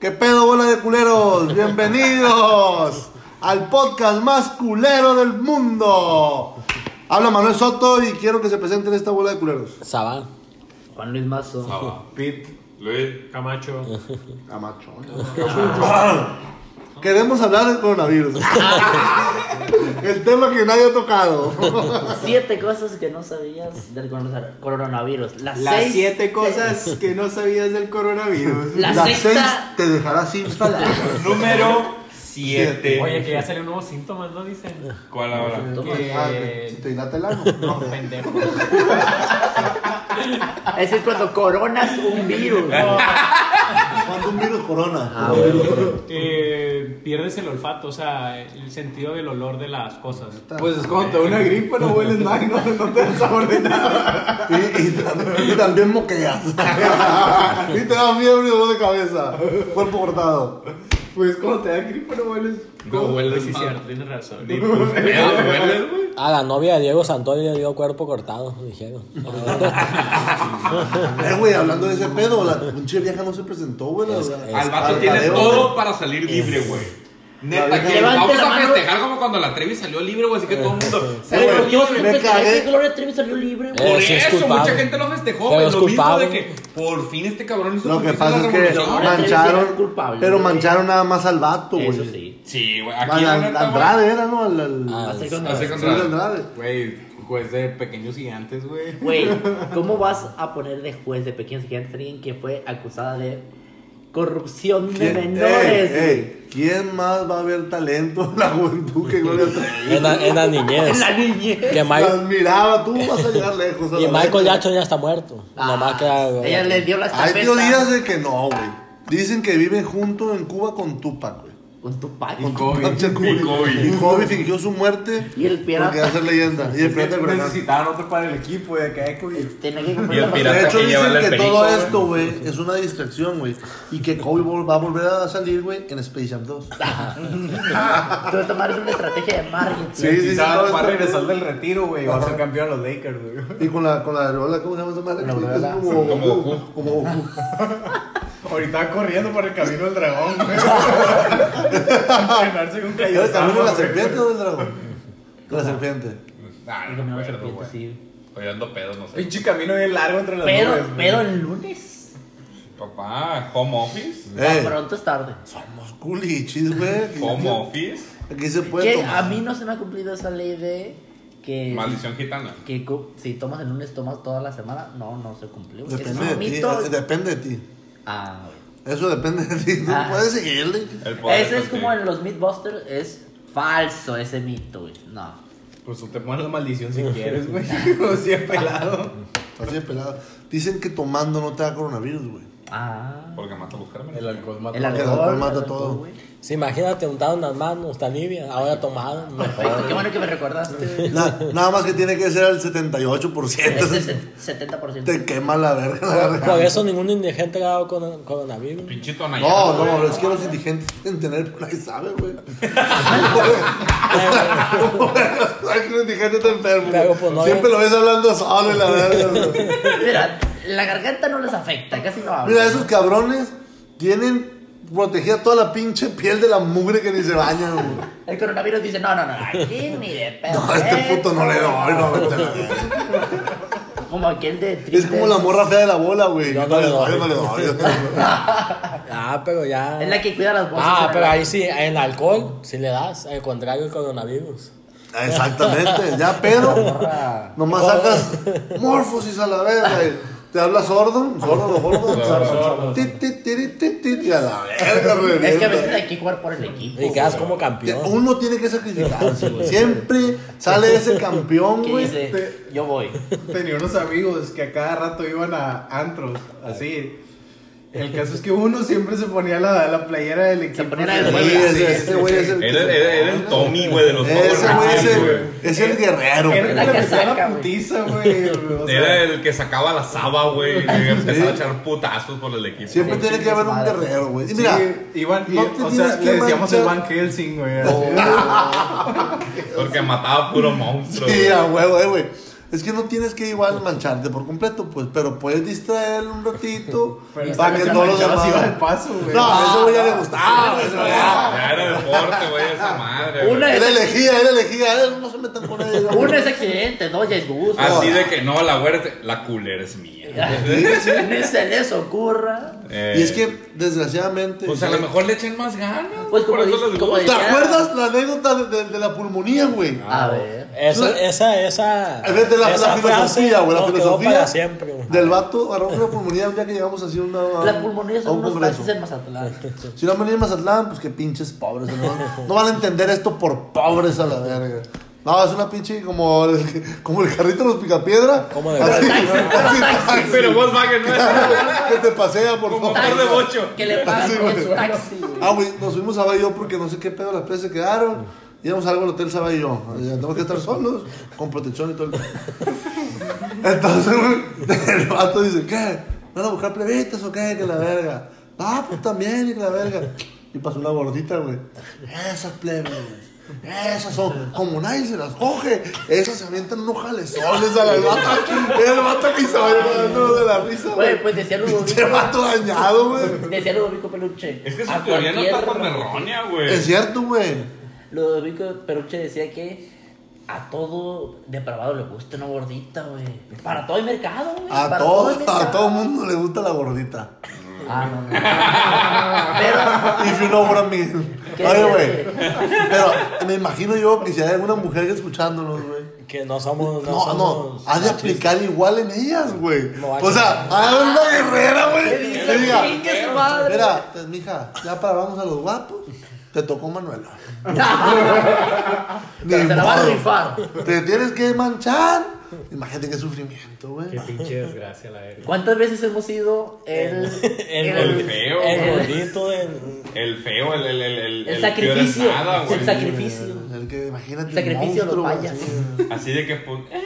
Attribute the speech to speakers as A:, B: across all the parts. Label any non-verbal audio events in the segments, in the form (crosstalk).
A: ¿Qué pedo, bola de culeros? Bienvenidos al podcast más culero del mundo. Habla Manuel Soto y quiero que se presenten esta bola de culeros.
B: Sabá.
C: Juan Luis Mazo.
A: Ah,
D: Saba,
A: Pit
D: Luis Camacho.
A: Camacho. Queremos hablar del coronavirus. El tema que nadie ha tocado.
C: Siete cosas que no sabías del corona- coronavirus. Las,
E: Las
C: seis
E: siete
C: te-
E: cosas que no sabías del coronavirus. Ah,
C: La,
A: La
C: sexta.
A: seis te dejará sin palabras.
D: Número 7.
F: Oye, que ya salió un nuevo síntoma, ¿no? Dicen.
D: ¿Cuál ahora?
E: Que-
A: Ah, que se te dilata el ano. No.
F: Pendejo.
C: Es decir, cuando coronas un virus.
A: Cuando un virus corona.
C: Ah,
F: Eh, pierdes el olfato, o sea, el sentido del olor de las cosas.
E: Pues es como te da una gripa, no hueles nada y no, no te da sabor de nada.
A: Y, y tam- y también moqueas. y te da fiebre y dolor de cabeza. Cuerpo cortado.
E: Pues como te da gripa, no hueles.
D: No hueles
F: Sí,
D: mal.
F: cierto, tienes razón.
D: Ni tus pedos hueles, güey.
B: A la novia de Diego Santoy le dio cuerpo cortado, dijeron.
A: Eh, güey, hablando de ese pedo, la pinche vieja no se presentó, güey. la-
B: Es-
A: la-
B: es-
D: Al vato
A: al
D: tiene
A: tadeo,
D: todo
A: güey.
D: para salir libre, güey.
A: La
D: Neta,
A: vieja-
D: que
C: Levante
D: vamos
C: la
D: a
C: mano.
D: festejar como cuando la Trevi salió libre, güey. Así que todo el mundo.
C: Pero
A: güey,
C: yo
A: me
C: siempre creí
A: cagué.
C: que Gloria Trevi salió libre, güey.
D: Por
B: Eh, sí es
D: eso,
B: culpable.
D: mucha gente lo festejó,
B: Pero
D: güey.
B: es
D: Lo mismo
B: culpable.
D: de que por fin este cabrón hizo
A: Lo
D: lo
A: que
D: hizo en
A: pasa
D: la
A: es que
D: revolución.
C: Ahora Trevi sí
A: mancharon.
C: era culpable,
A: Pero
C: güey.
A: mancharon nada más al vato, güey.
C: Eso sí.
D: Sí, güey.
A: Al-
D: Aquí la
A: al-
D: neta, güey.
A: Andrade era, ¿no? Al, al-
B: Ah,
A: al-
C: Así con-
D: Así que
A: Luis
D: Andrade.
A: Andrade.
E: Güey, juez de pequeños gigantes, güey.
C: Güey, ¿cómo vas a poner de juez de pequeños gigantes a alguien que fue acusada de corrupción de
A: ¿Quién,
C: menores?
A: ey, ey, ¿Quién más va a ver talento en la juventud que Gloria Trevi?
B: En la, en la
C: güey? En
B: niñez.
C: la niñez.
B: Que
A: Las
B: Mike-
A: miraba, tú vas a llegar lejos. a
B: y
A: la
B: Michael
A: verga.
B: Jackson ya está muerto.
C: Ah,
B: Nomás queda.
C: ella le dio la
A: Hay
C: estafeta.
A: teorías de que no, güey. Dicen que viven juntos en Cuba con Tupac, güey.
C: Con tu padre.
E: Y COVID.
A: Y Kobe. Y Kobe fingió su muerte.
C: Y el pirata.
A: Porque hacer leyenda. Y el pirata del Granada.
E: Necesitaban otro para el equipo de acá, güey.
C: Tenía que
D: Y el
C: comprar la-
D: pirata.
A: De hecho,
D: que lleva
A: dicen
D: el
A: que
D: perico,
A: todo
D: güey.
A: esto, güey, es una distracción, güey. Y que Kobe vol- va a volver a salir, güey, en Space Jam 2.
C: Ah, Todo esta madre es una estrategia de marketing.
A: Sí, sí, sí, todo
E: Necesitaban para
A: esto-
E: regresar del retiro, güey. Va a ser campeón a los Lakers, güey.
A: Y con la, con la aureola, ¿cómo se llama esa madre?
C: La aureola.
A: Es Como
D: Como
A: Goku. Como Goku.
E: Ahorita corriendo por el camino del dragón, güey. (laughs) Entrenarse con
A: Era el camino de la
E: Kaiosama, güey.
A: serpiente o del dragón? De la serpiente.
D: Ah,
C: Porque
D: no
C: me
D: me
C: va a
D: acuerdo,
C: arrepentir,
D: güey.
C: sí.
D: Oye, ando pedo, no sé.
E: Pinche camino bien largo entre las
C: Pero,
E: nubes, güey.
C: pero el lunes.
D: Papá, home office.
C: Ah,
A: Eh,
C: Pronto es tarde.
A: somos culichis, güey.
D: Home office.
A: Aquí se puede
C: Que a
A: tomar.
C: mí no se me ha cumplido esa ley de que.
D: Maldición gitana.
C: Que co- si tomas el lunes, tomas toda la semana. No, no se cumplió. Ese
A: Depende
C: es
A: de
C: un
A: ti,
C: mito.
A: eh, depende de ti.
C: Ah,
A: Eso depende de ti. Tú
C: Ah.
A: puedes seguirle.
D: El
C: güey.
D: poder
C: Ese es
D: contigo.
C: como en los Mythbusters. Es falso ese mito, güey. No.
E: Pues tú te pones la maldición si quieres, güey. O sea, pelado.
A: Así de pelado. Dicen que tomando no te da coronavirus, güey.
C: Ah.
D: Porque más a buscarme.
E: El alcohol mata.
C: El
A: alcohol
C: alcohol.
A: mata
C: el
A: todo.
C: alcohol, güey.
B: Sí, imagínate untado en las manos, está livia. Ahora tomado, mejor.
C: Perfecto, Qué bueno que me recordaste. güey.
A: Na- nada más que tiene que ser al 78%.
C: Ese es el 70%.
A: te quema la verga, la
C: Ah,
A: verga.
B: Por eso ningún indigente ha dado con coronavirus.
D: Pinche tonallada.
A: No,
D: güey.
A: no, es que los indigentes deben tener, nadie sabe, güey.
C: (laughs)
A: Ay, que los indigentes te enfermo.
B: Pero, pues, no
A: Siempre
C: eh.
B: hay-
A: lo ves hablando solo
C: (laughs)
A: y la verga. güey.
C: Mira, la garganta no les afecta. Casi no hablan.
A: Mira, esos cabrones tienen protegida toda la pinche piel de la mugre que ni se bañan, güey.
C: El coronavirus dice: No, no, no. Aquí ni de pedo.
A: (laughs) No, a este
C: eh,
A: puto no le doy, no, vete a la verga.
C: Como aquel de Tristes.
A: Es como la morra fea de la bola, güey.
B: Yo no
A: Vale,
B: le doy.
A: vale, vale, vale.
B: Ah, pero ya.
C: Es la que cuida las bolsas.
B: Ah,
C: en
B: pero
C: el-
B: ahí sí, en alcohol, sí le das. Al contrario, el coronavirus.
A: Exactamente, ya pedo.
C: Morra.
A: Nomás sacas morfosis a la verga. y Te hablas sordo, sordo, gordo, sordo. Ti, ti, tiri, ti, ti, ti, a la verga, revienta.
C: Es que a veces hay que jugar por el equipo.
B: Y quedas
C: güey.
B: como campeón.
A: Uno tiene que sacrificarse, güey. Siempre sale ese campeón,
C: Que
A: güey.
C: dice, yo voy.
E: Tenía unos amigos que a cada rato iban a antros, así. El caso es que uno siempre se ponía la, la playera del equipo.
C: ponía la
A: Sí,
C: del
A: ese-
C: Sí, este
A: ese güey es el. que
D: Era,
A: se-
D: era- era el Tommy, güey, de los
A: Ese
D: Power
A: güey es
D: Rangers,
A: el, es el guerrero,
E: Era
A: güey.
C: la
E: la que
C: casaca,
E: hacía la
C: güey.
E: putiza, güey. o sea,
D: Era el que sacaba la saba, güey. y Empezaba a echar putazos por el equipo.
A: Siempre
C: Sí,
A: tiene que
C: chingas
A: haber un
C: madre.
A: guerrero, güey. Y
E: sí,
A: Mira,
E: iban,
A: no
E: y-
A: te
E: o
A: tienes
E: sea,
A: que
E: le decíamos el Oh.
A: manchar.
E: Van Helsing, güey. así.
D: Porque mataba puro monstruo.
A: Sí,
D: güey.
A: a huevo, eh, güey. Es que no tienes que igual mancharte por completo, pues, pero puedes distraer un ratito
G: Pero
A: para que todos los demás.
G: iba al paso, güey.
A: No, a ese güey ya le
D: Ah,
A: gustaba. ese güey ya.
D: Ya era deporte, güey, esa madre.
C: Una-
D: güey.
A: Era elegía, era elegía. eh, No se metan con ella.
C: Uno es accidente, dos ya es gusto.
B: Ah,
D: Así de que no, la güera, es- la culera es mía.
C: (laughs) Ni se les ocurra.
D: Eh,
A: Y es que, desgraciadamente.
D: Pues a lo mejor le echen más ganas.
C: Pues como
D: por eso
C: dices-
D: les
C: como
D: gusta.
A: ¿Te acuerdas la anécdota de, de- de la pulmonía, güey?
B: Ah,
C: A ver.
B: Esa, esa, esa.
A: A ver, de la-
B: esa
A: la filosofía, güey, la
B: nos quedó
A: filosofía.
B: para siempre, güey.
A: Del vato, agarró una pulmonía ya que llegamos así una, a
C: Las
A: un-
C: pulmonías
A: a
C: son
A: un
C: unos
A: congreso.
C: países en
D: (laughs)
C: Mazatlán.
A: Si no han venido a Mazatlán, pues qué pinches pobres. ¿no? No van a entender esto por pobres a la verga. No, es una pinche como el, como el carrito de los picapiedra.
B: Como de
A: Así,
C: taxi,
A: así, taxi.
D: Pero Volkswagen no es.
A: Que te pasea, por
D: Como
A: favor.
D: Motor de bocho.
C: Que le pagan
A: Sí,
C: con
A: güey.
C: su taxi.
A: Ah, güey, nos fuimos a Bayo porque no sé qué pedo las playas se quedaron. Íbamos algo al hotel Saba y yo. Eh, Tenemos que estar solos, con protección y todo el (laughs) Entonces, güey, el vato dice, ¿qué? ¿Van a buscar plebitas o qué? Que la verga. Ah, pues también, y que la verga. Y pasó una gordita, güey. Esas plebes. Esas son, como nadie se las coge, esas se avientan unos jalezones a la gata. El vato que se va llevando de la risa, güey. (laughs)
C: Güey, pues decía Ludovico.
A: Este vato dañado, güey.
C: Decía Ludovico Peluche.
D: Es que
C: a
D: su teoría no está tan
C: cualquier-
D: errónea, güey.
A: Es cierto, güey.
C: Ludovico Peluche decía que a todo depravado le gusta una gordita, güey. Para todo el mercado, güey.
A: A
C: Para
A: todo,
C: el mercado.
A: a todo mundo le gusta la gordita.
C: Ah, no,
A: (laughs)
C: no.
A: If you know what I mean.
C: ¿Qué
A: Oye,
C: dice?
A: güey. Pero me imagino yo que si hay alguna mujer escuchándonos, güey.
B: Que no somos. No,
A: No, Ah, no,
B: somos
A: has de
B: machistas.
A: aplicar igual en ellas, güey.
B: No hay
A: o sea, hay una guerrera,
C: Pero.
A: güey.
C: dice?
A: Que diga,
C: Chingue su madre.
A: mira, pues, mija, ya para vamos a los guapos, te tocó Manuela. Ni
C: Pero se la va a
A: modo.
C: rifar.
A: Te tienes que manchar. Imagínate qué sufrimiento, güey.
E: Qué pinche desgracia la verga.
C: ¿Cuántas veces hemos sido el.
B: El,
D: el feo,
B: El
D: güey.
B: gordito, el.
D: El feo, el, el, el, el,
C: El sacrificio.
D: nada,
C: El
D: güey.
C: sacrificio. Sacrificio.
A: El que imagínate. el
C: Sacrificio de los
A: monstruo,
C: payas.
A: así.
D: Así de que, pues, eh,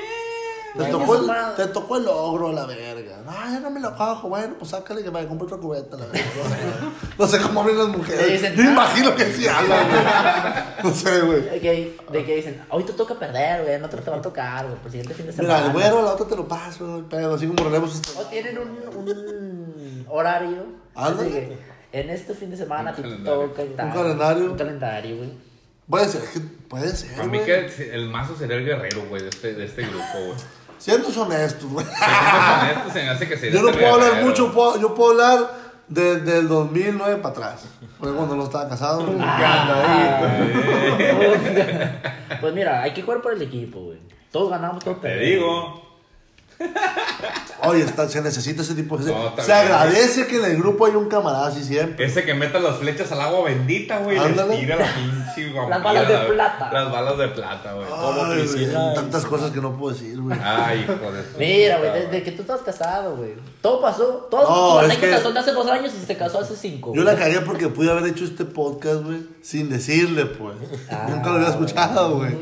A: Te
C: Ay,
A: tocó,
C: qué
A: el,
C: sobrado.
A: te tocó el ogro a la verga. No, ya no me lo cojo. Bueno, pues sácale que me compre otra cubeta a la verga. No sé, no sé cómo hablan las
C: Sí,
A: mujeres.
C: dicen,
A: Yo
C: "Ah".
A: imagino que sí hablan,
C: (laughs)
A: güey. No sé, güey.
C: De que, de que dicen, hoy te toca perder, güey, no te, te va a tocar, güey, por el siguiente fin de semana.
A: Mira, el güero, la otra te lo paso, no hay pedo, así como relevos.
C: O tienen un, un horario.
A: Ándale.
C: así que, en este fin de semana te
D: calendario.
C: toca y tal.
A: Un calendario.
C: Un calendario, güey.
A: Puede ser, es que puede
D: a
A: ser,
D: mí
A: güey.
D: que el- el mazo sería el guerrero, güey, de este, de este grupo, (laughs) güey.
A: Siendo honestos, güey.
D: Siendo honesto, se me hace que sería
A: Yo no
D: este
A: puedo hablar
D: guerrero.
A: mucho, puedo- yo puedo hablar desde el 2009 para atrás. Fue cuando no estaba casado. güey.
C: Ah. (laughs) pues mira, hay que jugar por el equipo, güey. Todos ganamos, todos
D: Te
C: perdemos.
D: digo.
A: Oye, está- se necesita ese tipo de...
D: No, está
A: se
D: bien.
A: agradece que en el grupo hay un camarada así siempre.
D: Ese que meta las flechas al agua bendita, güey.
A: Ándale.
D: Les tira la pinche vampira,
C: Las balas de
D: la-
C: plata.
D: Las balas de plata,
A: Ah.
D: güey. Ah,
B: Como
A: Ay,
B: Priscila
A: güey,
B: y-
A: Tantas cosas que no puedo decir, güey.
D: Ay, hijo de tu
C: Mira,
D: puta,
C: güey, desde que tú estás casado, güey. Todo pasó.
A: No,
C: Todo tu
A: es
C: pareja
A: que-
C: casó de hace dos años y se casó hace cinco.
A: Yo
C: güey.
A: la cagué porque pude haber hecho este podcast, güey, sin decirle, pues.
C: Ah,
A: Nunca lo había escuchado, güey.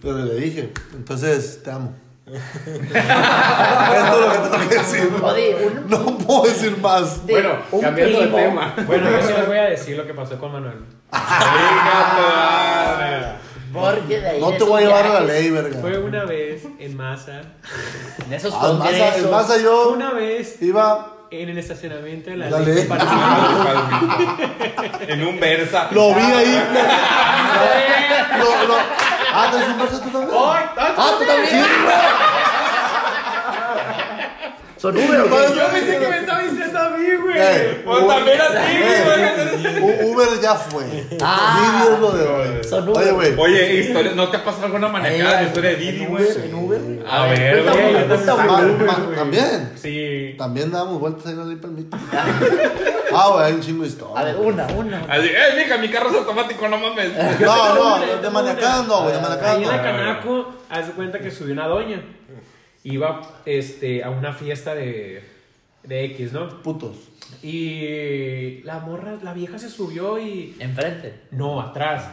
A: Pero le dije, entonces, te amo. Esto es lo que tengo que decir.
C: Oye, un-
A: No puedo decir más.
C: de-
G: Bueno,
C: un
G: cambiando
C: primo-
G: de tema.
E: (laughs) Bueno, yo sí les voy a decir lo que pasó con Manuel.
D: (laughs)
C: Porque de ahí
A: No
C: de
A: te voy a
C: esos
A: llevar a la
C: viajes,
A: ley,
E: Fue
A: verga.
E: una vez en masa.
C: De esos
A: Ah, en masa-
C: congresos.
A: En masa yo
E: Una vez
A: iba,
E: en el estacionamiento de la,
A: La
E: ley.
A: ley.
E: (laughs) Para-
D: En un versa.
A: lo vi
C: (laughs)
A: ahí. Lo, lo- Ah, ¿te desembolsas tú también? Ah, tú también. Sí, güey.
C: Son números, güey.
D: Yo pensé que me estaba diciendo a mí,
E: Eh,
D: güey. Pues también a ti, güey.
A: U- Uber ya fue.
C: Ah.
A: Didi es lo de hoy.
C: Son
A: Oye,
C: Uber.
A: güey.
D: Oye, historia, ¿no te ha pasado alguna manejada de historia de Didi,
C: En
D: güey?
C: Uber, en Uber, güey.
D: A ver,
C: Cuenta
D: güey.
E: Yo
C: una, cuenta
E: eh, también.
C: una.
A: Ma-
E: Uber,
A: Ah, ma-
E: güey.
A: También.
E: Sí.
A: También damos vueltas ahí la ley permite. Ah, güey, hay un chingo de
C: A ver,
A: historia.
C: una, una.
D: Así, eh, mija, mi carro es automático, no mames.
A: No,
E: (laughs)
A: no,
E: Yo
A: de
E: tengo
A: maniacadas
E: una.
A: no, güey, de
E: Ahí en la
A: maniacadas no.
E: Canaco, haz de cuenta que subió una doña. Iba este, a una fiesta de, de X, ¿no?
A: Putos. (laughs)
E: Y la morra, la vieja se subió y.
C: Enfrente.
E: No, atrás.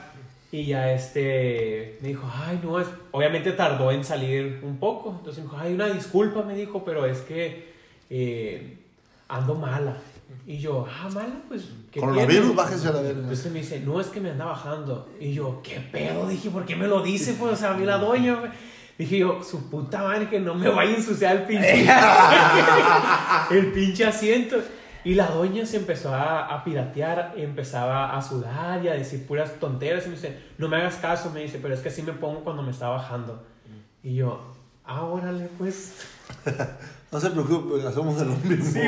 E: Y ya este. Me dijo, ay, no, es. Obviamente tardó en salir un poco. Entonces me dijo, ay, una disculpa, me dijo, pero es que. eh, ando mala. Y yo, ah, mala, pues. ¿qué
A: Coronavirus,
E: tiene?"
A: bájense a la verga.
E: Entonces me dice, no, es que me anda bajando. Y yo, ¿qué pedo? Dije, ¿por qué me lo dice? Pues, o sea, a mí la doña. güey. Dije yo, su puta madre que no me vaya a ensuciar
A: (laughs)
E: el pinche, (laughs) el pinche asiento. Y la doña se empezó a, a piratear, empezaba a sudar y a decir puras tonteras. Y me dice, no me hagas caso, me dice, pero es que así me pongo cuando me está bajando. Y yo, ah, órale, pues.
A: No se preocupe, hacemos de lo mismo.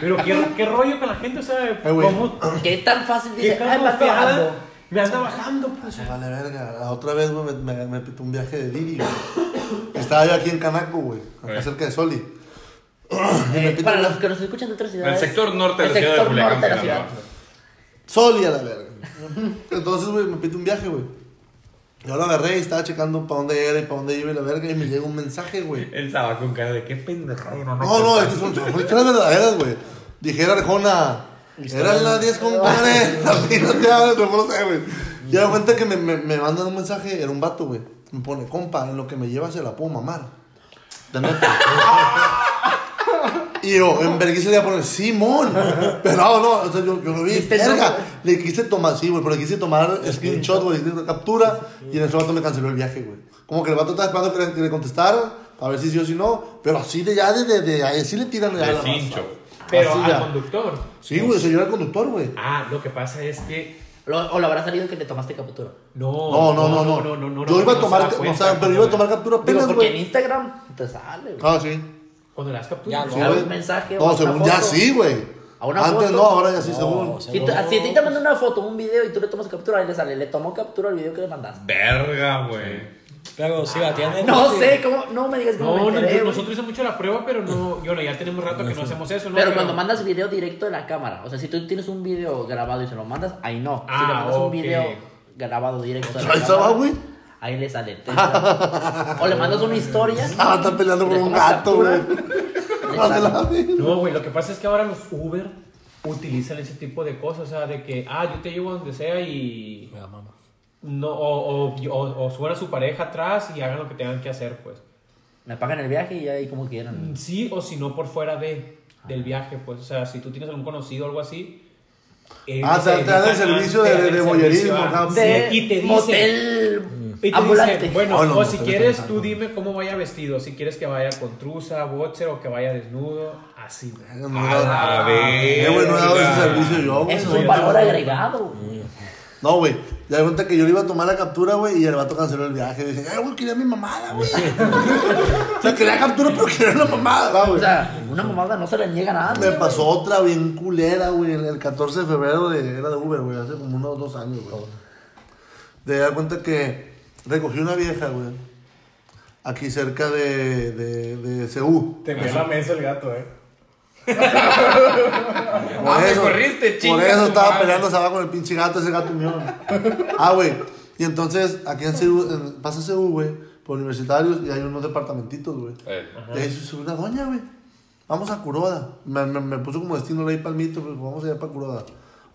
E: Pero qué, qué rollo con la gente, o sea,
A: Eh, güey.
E: cómo...
C: ¿Qué tan fácil
E: qué
C: dice? Ay, me ando
E: confiada,
C: bajando.
E: Me anda bajando, pues.
A: Vale, verga. La otra vez, güey, me, me, me pitó un viaje de Didi, güey. Estaba yo aquí en Canaco, güey, acá cerca de Soli. Y me
C: Eh,
A: pitó
C: para
A: un
C: los
A: viaje-
C: que nos escuchan de otras ciudades.
D: sector norte de
C: el
D: la ciudad de
C: sector
D: Culiacán,
C: norte de la ciudad.
D: Sinaloa.
A: Soli a la verga. Entonces, güey, me pitó un viaje, güey. Yo lo agarré y estaba checando para dónde era y para dónde iba y la verga. Y me llega un mensaje, güey.
D: Él estaba con cara de qué pendejado.
A: No, no, es que son, son historias verdaderas, güey. Dijera Arjona. Eran las 10, compadre. (laughs) Así no te hables, pero no sé, güey. Y da cuenta que me, me, me mandan un mensaje, era un vato, güey. Me pone, compa, en lo que me lleva se la puedo mamar. De neta. Y yo, en vergüenza le iba a poner Simón. Pero no, no, o sea, yo, yo lo vi.
C: ¿Viste el
A: Verga.
C: nombre?
A: Le quise tomar, sí, güey, pero le quise tomar screenshot, güey, le quise captura. Y en ese rato me canceló el viaje, güey. Como que el vato estaba esperando que le, que le contestara, a ver si sí o si no. Pero así de ya, de, de, de ahí sí le tiran ya a la
D: De
A: raza,
D: cincho.
A: güey.
E: Pero
A: Así
E: al
A: ya.
E: conductor.
A: Sí, güey, se yo era el conductor, güey.
E: Ah, lo que pasa es que.
C: Lo- o lo habrá salido que le tomaste captura.
A: No,
E: No,
A: no, no, no. yo iba a tomar,
E: se da
A: ca- o
E: cuenta
A: sea, pero yo iba a tomar captura
C: Digo,
A: apenas,
C: porque en
A: güey.
C: Instagram te sale, güey.
A: Ah, sí.
E: Cuando
B: Ya
E: las capturas.
B: no.
A: Sí,
C: A
A: güey.
C: un mensaje o a
A: No,
C: una
A: según ya
C: foto.
A: sí, güey.
C: A una
A: Antes
C: foto.
A: no, ahora ya sí,
B: No,
A: según.
B: se-
C: Si, tú- si a ti te mandan una foto, un video y tú le tomas captura, ahí le sale, le tomó captura al video que le mandaste.
D: Verga, güey.
B: Pero sí, la
E: (laughs)
B: tienen.
C: Ah, No sé, ¿cómo? No me digas cómo
E: No,
C: me
E: no,
C: enteré,
E: yo-
C: güey.
E: nosotros hicimos mucho la prueba, pero no. Yo no, ya tenemos rato que no hacemos eso, ¿no?
C: Pero cuando mandas video directo de la cámara, o sea, si tú tienes un video grabado y se lo mandas, ahí no. si
E: Ah,
C: le mandas
E: ok.
C: un video grabado directo de la
A: Ahí
C: cámara,
A: estaba, güey.
C: ahí le sale. te sale. o le mandas una historia.
A: (laughs) Ah, está peleando
C: le
A: con un
C: tomas
A: gato,
C: captura,
A: güey. (laughs)
C: le
A: Ah, de
C: sale.
A: la vida.
E: No, güey, lo que pasa es que ahora los Uber utilizan ese tipo de cosas, o sea, de que, ah, yo te llevo donde sea y.
B: Me da mamá.
E: No, o, o, o, o suban a su pareja atrás y hagan lo que tengan que hacer, pues.
C: Me pagan el viaje y ahí como quieran.
E: Sí o si no por fuera de, del viaje, pues, o sea, si tú tienes algún conocido o algo así. eh,
A: Ah,
E: se
A: te- te dan el
E: dedican a-
A: servicio
E: te
A: de-
E: dan el
A: de
E: servicio
A: voyerismo,
E: a-
A: ajá.
E: sí,
C: De
E: y te dicen,
C: motel
E: (laughs) y te
C: ambulante.
E: dicen, bueno,
A: Ah, no,
E: o
A: no,
E: si
A: pero
E: quieres,
A: está
E: tú
A: bien.
E: dime cómo vaya vestido, si quieres que vaya con truza, boxer o que vaya desnudo, así. güey.
A: No, no,
D: A ver.
A: Eh, güey, no he dado ese servicio yo, güey.
C: Eso es un valor agregado.
A: No, güey. Ya di cuenta que yo le iba a tomar la captura, güey, y el vato canceló el viaje. Y dije, ay, güey, quería mi mamada, güey. (laughs) o sea, quería captura, pero quería la mamada, va,
C: O
A: güey.
C: sea, una mamada no se le niega nada.
A: Me pasó otra bien culera, güey, el- el 14 de febrero de, era de Uber, güey, hace como unos dos años, güey. De dar cuenta que recogí una vieja, güey, aquí cerca de, de, de CU.
H: Te metió la mesa el gato, eh.
A: Por
D: Ah, me corriste,
A: Por
D: chinga
A: eso
D: tu
A: estaba
D: madre.
A: peleando estaba con el pinche gato, ese gato mío. Ah, güey. Y entonces, aquí en CU, en- pasa CU, güey, por universitarios y hay unos departamentitos, güey.
D: Eh,
A: Y ahí se subió una doña, güey. Vamos a Curoda. Me, me, me puso como destino ley palmito, pues vamos allá para Curoda.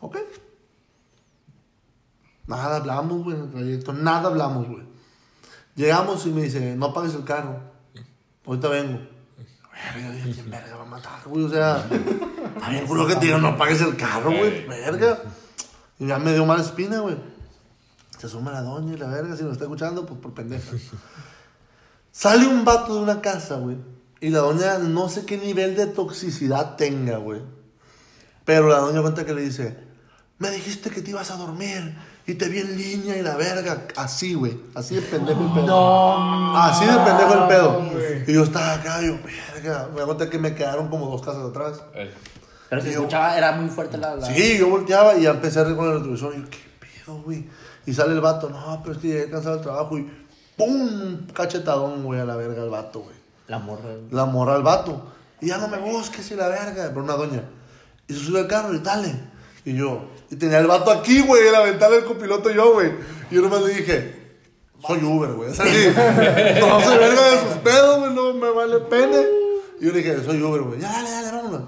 A: Ok. Nada hablamos, güey, en el trayecto. Nada hablamos, güey. Llegamos y me dice, no apagues el carro. Ahorita vengo. Verga, dije, ¿quién verga va a matar, güey? O sea, también juro que te digo, no apagues el carro, güey. Verga. Y ya me dio mala espina, güey. Se suma la doña y la verga, si nos está escuchando, pues por pendeja. Sale un vato de una casa, güey. Y la doña no sé qué nivel de toxicidad tenga, güey. Pero la doña cuenta que le dice, me dijiste que te ibas a dormir y te vi en línea y la verga. Así, güey. Así de pendejo el pedo. Así de pendejo el pedo. Y yo estaba acá, yo, verga. Me cuenta que me quedaron como dos casas atrás.
D: eh.
C: Pero se escuchaba, era muy fuerte la. la-
A: Sí, yo volteaba y ya empecé a reír con el retrovisor. Y yo, ¿qué pedo, güey? Y sale el vato, no, pero es que llegué cansado del trabajo y ¡pum! Cachetadón, güey, a la verga el vato, güey.
C: La morra.
A: La morra al vato. Y ya no me busques y la verga, pero una doña. Y se sube al carro y dale. Y yo, y tenía el vato aquí, güey, en la ventana del copiloto yo, güey. Y yo nomás le dije, soy Uber, güey. Es así. No se verga de sus pedos, güey, no me vale pene. Y yo le dije, soy Uber, güey. Ya, dale, dale, vámonos.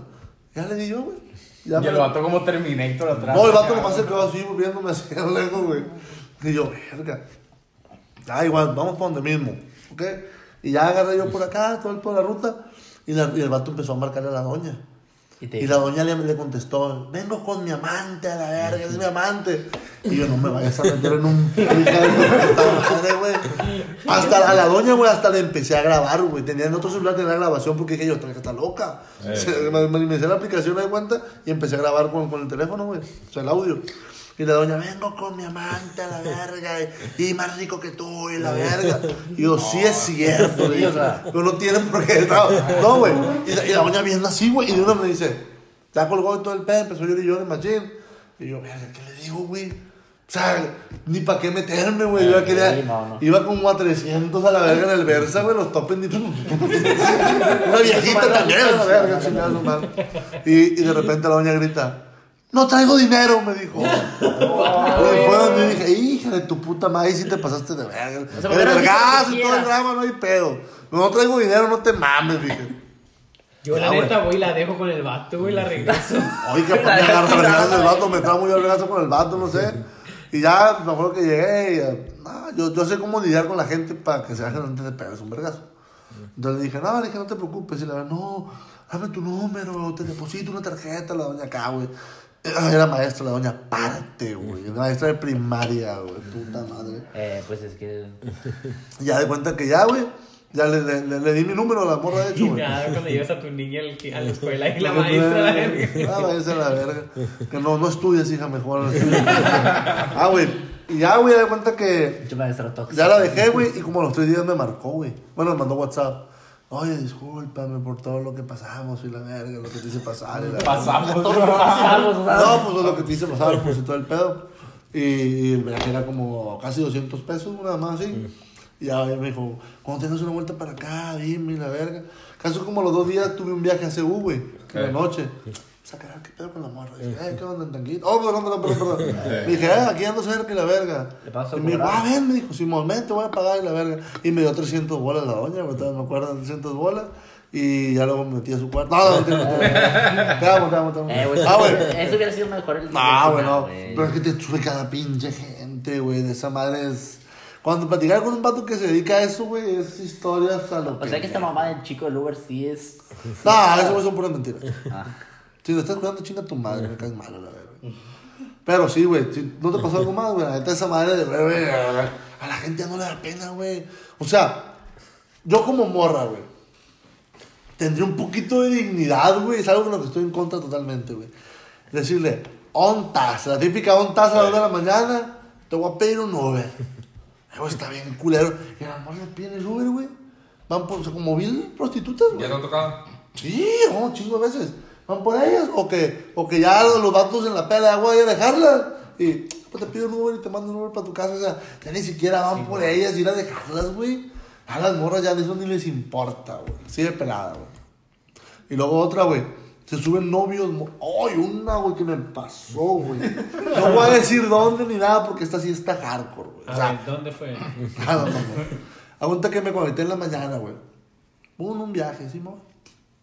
A: Ya le di yo, güey. Ya
H: Y
A: me-
H: el vato como Terminator atrás.
A: no, el vato nomás se quedó así, viéndome así a lo lejos, güey. Y yo, verga. Da igual, vamos para donde mismo, ¿ok? Y ya agarré yo por acá, todo el por la ruta. Y, la- y el vato empezó a marcarle a la doña.
C: Y te-
A: Y la doña le, le contestó, vengo con mi amante a la verga, es mi amante. Y yo, no me vayas a meter en un pica de (laughs) puta madre, güey. Hasta a la doña, güey, hasta le empecé a grabar, güey. Tenía en otro celular tenía la grabación porque dije yo, "Esta vieja está loca. Se- (laughs) me, me- me hice la aplicación, ahí cuenta, y empecé a grabar con, con el teléfono, güey. O sea, el audio. Y la doña, vengo con mi amante a la verga, y, y más rico que tú, y la verga. Y yo, sí es cierto, dije, o sea, no, no tienen por qué. No, no, güey. Y, la- y la doña viendo así, güey, y de una me dice, ya colgó de todo el pedo, empezó a llorar y llorar, machín. Y yo, verga, ¿qué le digo, güey? O sea, ni para qué meterme, güey. Yo ya quería.
C: Sí, no, no.
A: Iba como a 300 a la verga en el Versa, güey, los topen. (laughs)
C: (laughs)
A: Una viejita también, a la verga, chingada su madre. Y, y de repente la doña grita: No traigo dinero, me
C: (laughs)
A: dijo. Y fue donde dije: Hija de tu puta madre, ahí sí te pasaste de verga.
C: O sea,
A: el
C: hubieras dicho lo que
A: vergazo y todo el
C: quieras.
A: drama, no hay pedo. No traigo dinero, no te mames, dije.
E: Yo
A: Ya,
E: la
A: güey.
E: neta voy y la dejo con el vato, güey,
A: (laughs)
E: la regreso.
A: Oye, que aparte agarra vergazos el vato, me entraba muy vergazo con el vato, no sé. Y ya me acuerdo que llegué y eh, no, yo, yo sé cómo lidiar con la gente para que se bajen antes de pegarse un vergazo. Entonces le dije, no, le dije, no te preocupes. Y la verdad, no, dame tu número, te deposito una tarjeta, la doña acá, güey. Ah, Era maestra, la doña parte, güey. Era maestra de primaria, güey. Puta madre.
C: Eh, pues es que.
A: Y ya de cuenta que ya, güey. Ya le, le- le- le di mi número a la morra,
E: (laughs)
A: de hecho,
E: Y
A: güey.
E: nada, cuando llevas a tu niña al- a la escuela
A: (laughs)
E: y la maestra, la verga.
A: Ah, maestra, la verga. Que no, no estudies, hija, mejor. ah, güey. Y ya, güey, de cuenta que
C: Yo maestra tóxica.
A: ya la dejé, güey, y como a los tres días me marcó, güey. Bueno, me mandó WhatsApp. Oye, discúlpame por todo lo que pasamos y la verga, lo que te hice pasar. y la verga".
C: Pasamos, o sea,
A: No, pues lo que te hice pasar, pues y todo el pedo. Y, y el viaje era como casi 200 pesos, nada más así. Y ya me dijo, cuando tengas una vuelta para acá, dime, y la verga. Casi como los dos días tuve un viaje a Ceú, güey, en la noche. Sacará, ¿qué pedo con la morra? Dije, eh, ¿qué onda, tanquito? Oh, perdón, perdón, perdón, perdón. Me dije, eh, aquí ando cerca y la verga.
C: Le paso
A: y me dijo,
C: por
A: ah, ven, me dijo, si momento voy a pagar y la verga. Y me dio 300 bolas la doña, güey, todavía me acuerdo, 300 bolas. Y ya luego me metí a su cuarto. No, no, no, no, no, no.
C: (laughs)
A: Te amo, te amo, te amo.
C: Eh, güey.
A: Ah, güey.
C: Eso hubiera sido mejor el.
A: No, güey, no.
C: güey.
A: Pero es que te sube cada pinche gente, güey. De esa madre es. Cuando platicar con un vato que se dedica a eso, güey, es historias a lo
C: O sea que esta mamá del chico del Uber sí es.
A: (laughs) No, eso güey, son puras mentiras.
C: Ah.
A: Si lo estás cuidando, chinga tu madre, me caes malo, la verdad. Pero sí, güey, si no te pasó algo más, güey, la neta, esa madre de güey, a la gente ya no le da pena, güey. O sea, yo como morra, güey, tendría un poquito de dignidad, güey, es algo con lo que estoy en contra totalmente, güey. Decirle, ontas, la típica ontas a las 2 de la mañana, te voy a pedir un Uber. Ay, güey, está bien culero. Y a amor le piden el Uber, güey. Van por, o sea, como mil prostitutas, güey.
I: ¿Ya te han tocado?
A: Sí, no, chingo de veces. Van por ellas. O que, o que ya los, los vatos en la pela de agua a dejarlas. Y pues te pido un Uber y te mando un Uber para tu casa. O sea, ya ni siquiera van por ellas ir a dejarlas, güey. A las morras ya de eso ni les importa, güey. Así de pelada, güey. Y luego otra, güey. Se suben novios. mo- ¡Ay, una, güey, que me pasó, güey! No voy a decir dónde ni nada porque esta sí está hardcore, güey. O
E: A
A: sea,
E: ver, ¿dónde fue? (laughs)
A: Nada, mamá. Aguanta que me conecté en la mañana, güey. Un, un viaje, sí, mamá.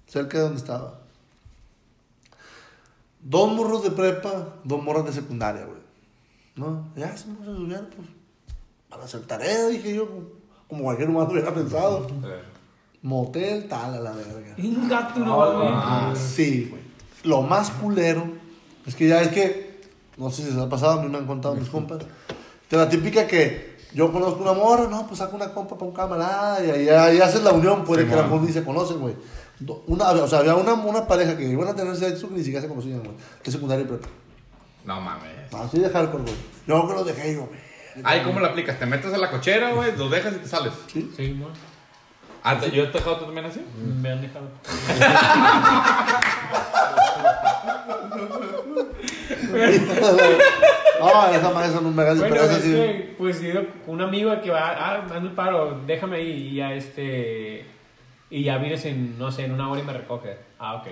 A: Cerca de donde estaba. Dos morros de prepa, dos morras de secundaria, güey. ¿No? Ya, si vamos a estudiar, pues. Para hacer tarea, dije yo, como- como cualquier humano hubiera pensado.
I: Eh,
A: Motel, tal, a la verga.
E: Inga tu
A: Ah, sí, güey. Lo más culero es que ya es que, no sé si se ha pasado, a mí me han contado mis compas, de la típica que yo conozco una morra, no, pues saco una compa para un camarada y ahí, ahí haces la unión, puede que las ni se conocen, güey. Do- Una, o sea, había una, una pareja que iban a tener sexo que ni siquiera se conocían, güey. Que es secundaria y prepa.
I: No mames.
A: Así de hardcore, güey. Yo que lo dejé, yo,
I: (laughs)
A: güey.
I: Ay, ¿cómo la aplicas? ¿Te metes a la cochera, güey? ¿Lo dejas y te sales?
E: Sí, amor.
I: Antes, ¿yo he dejado tú también así?
E: Me han dejado.
A: No, esa madre son un mega
E: Bueno,
A: pero esa
E: es
A: sí.
E: que, pues, digo, una amiga que va, ah, dame el paro, déjame ahí y ya este. Y ya vienes en, no sé, en una hora y me recoge. Ah, ok.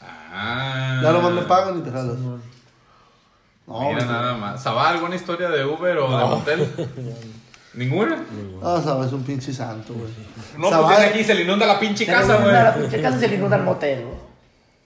I: Ah.
A: Ya nomás me pagan y te jalas.
E: Simón.
A: No,
I: Mira
A: güey.
I: nada más. ¿Sabá alguna historia de Uber o de motel?
C: (laughs)
I: ¿Ninguna?
A: Ah, sabes, un pinche santo, güey.
I: No, pues
A: Sabes,
I: viene aquí, se le inunda la pinche
C: Se le
I: (laughs) casa,
C: inunda la
I: güey.
C: pinche casa se le inunda el motel, güey.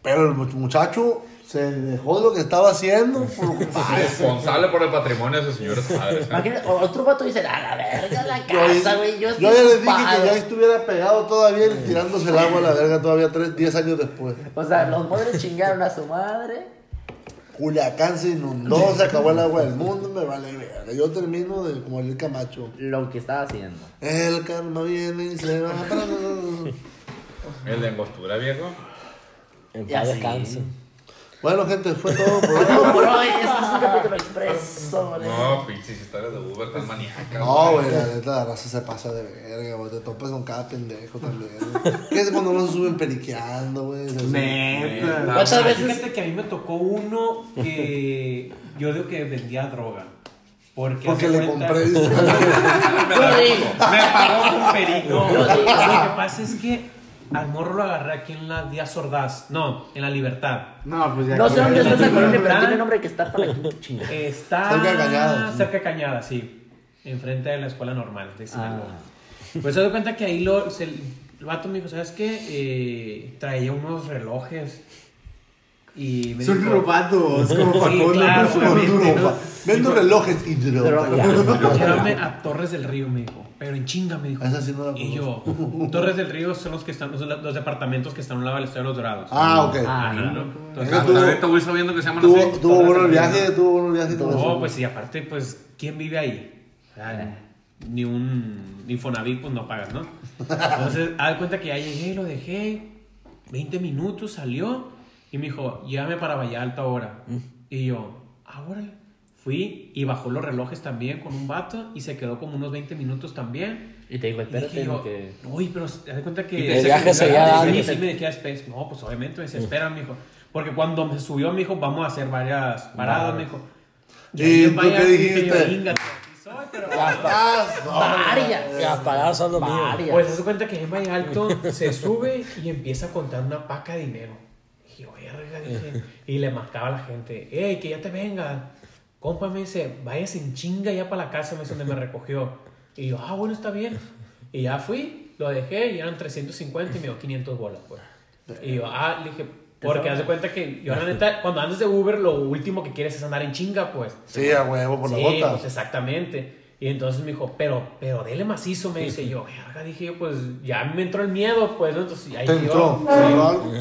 A: Pero el muchacho se dejó lo que estaba haciendo. por-
D: Responsable por el patrimonio de sus señores padres.
C: Imagínate, o- otro vato dice, a la verga la
A: Yo-
C: casa, güey.
A: Yo,
C: Yo, estoy
A: ya les dije
C: ocupado".
A: que ya estuviera pegado todavía y tirándose el agua a la verga todavía tres, diez años después.
C: O sea, los padres chingaron a su madre.
A: Culiacán se inundó, se acabó el agua del mundo, me vale verga. Yo termino de, como el Camacho.
C: Lo que estaba haciendo.
A: El karma viene y se va.
D: El de angostura, viejo.
B: En
C: Ya
B: paz
C: sí.
B: descanse.
A: Bueno, gente, fue todo por hoy.
C: (laughs) No, por hoy, este es un capítulo expreso, güey.
D: No, pinches historias de Uber tan maníacas.
A: No, güey, la neta, la raza se pasa de verga, güey. Te topas con cada pendejo también. ¿Qué es cuando no se suben periqueando, güey? Se suben-
J: Neta.
C: ¿Cuántas veces?
E: Fíjate que a mí me tocó uno que (laughs) yo digo que vendía droga. Porque,
A: Porque
E: haz de
A: le
E: cuenta- (laughs)
A: compré. dice.
C: Yo digo.
E: Me pagó con perico.
C: Yo
E: Lo
C: digo.
E: que pasa es que al morro lo agarré aquí en la Díaz Ordaz. No, en la Libertad.
J: No, pues ya.
C: No sé dónde está esa colonia, pero
E: ¿Verdad?
C: tiene nombre que está para aquí, chingada.
E: Está
A: Cerca de Cañada, sí.
E: cerca de Cañada, sí. Enfrente de la escuela normal de Sinaloa.
C: Ah.
E: Pues se dio cuenta que ahí lo, se- el vato me dijo, ¿sabes qué? Eh, traía unos relojes. Y me
J: Son
E: dijo,
J: robados, como
E: Sí,
J: Facundo.
E: claro, obviamente, ¿no?
A: Vendo relojes y
C: Pero
A: droga.
C: ya.
E: Llévame a Torres del Río, me dijo. Pero en chinga, me dijo.
A: Esa sí no la
E: y yo, Torres del Río son los que están, los, los departamentos que están al lado del Estadio de los Dorados.
A: Ah, ok.
C: Ah,
E: Ajá, ¿no?
C: no.
E: Entonces,
A: Venga, tuvo-
D: Ahorita voy sabiendo que se llaman
A: Tuvo,
D: así.
A: tuvo bueno el viaje, tuvo bueno el viaje. y todo eso.
E: No, pues sí, aparte, pues, ¿quién vive ahí? O sea, ni un Infonavit, pues no pagas, ¿no?
A: (laughs)
E: Entonces, haz de cuenta que ya llegué, lo dejé, 20 minutos, salió, y me dijo, llévame para Vallarta ahora. Y yo, ahora fui y bajó los relojes también con un vato y se quedó como unos 20 minutos también.
C: Y te digo,
E: Y dije
C: espérate,
E: yo,
C: no que.
E: uy, pero haz de cuenta
D: Y
E: que...
D: te
E: Sí,
D: decía que
B: se
E: sí,
B: había
E: sí,
B: dado.
E: sí, me decía después, no, pues obviamente me
D: Mm.
E: decía, espera, mijo. Porque cuando me subió, mijo, vamos a hacer varias paradas, mijo.
A: ¿Y
E: ahí yo
A: tú
E: vaya,
A: qué
E: dije
A: dijiste?
E: yo, "Ínga, aquí soy, pero-".
A: Ah, no.
C: Varias.
B: Las palabras son lo mío.
C: Varias.
E: Pues se hace cuenta que en Valle Alto se sube y empieza a contar una paca de dinero. Dije, verga, dije. Y le marcaba a la gente, hey, que ya te venga. Compa me dice, vayas en chinga ya para la casa, me dice donde me recogió. Y yo, ah, bueno, está bien. Y ya fui, lo dejé y eran 350 y me dio 500 bolas, pues. Y yo, ah, le dije, porque haz de cuenta que yo, la neta, cuando andas de Uber, lo último que quieres es andar en chinga, pues.
A: Sí, a huevo por la
E: Sí,
A: bota.
E: pues exactamente. Y entonces me dijo, pero, pero dele macizo, me dice yo, verga, dije yo, pues ya me entró el miedo, pues, ¿no? entonces ahí
A: Te
E: yo-
A: entró.
E: Sí.
A: ¿te entró algo?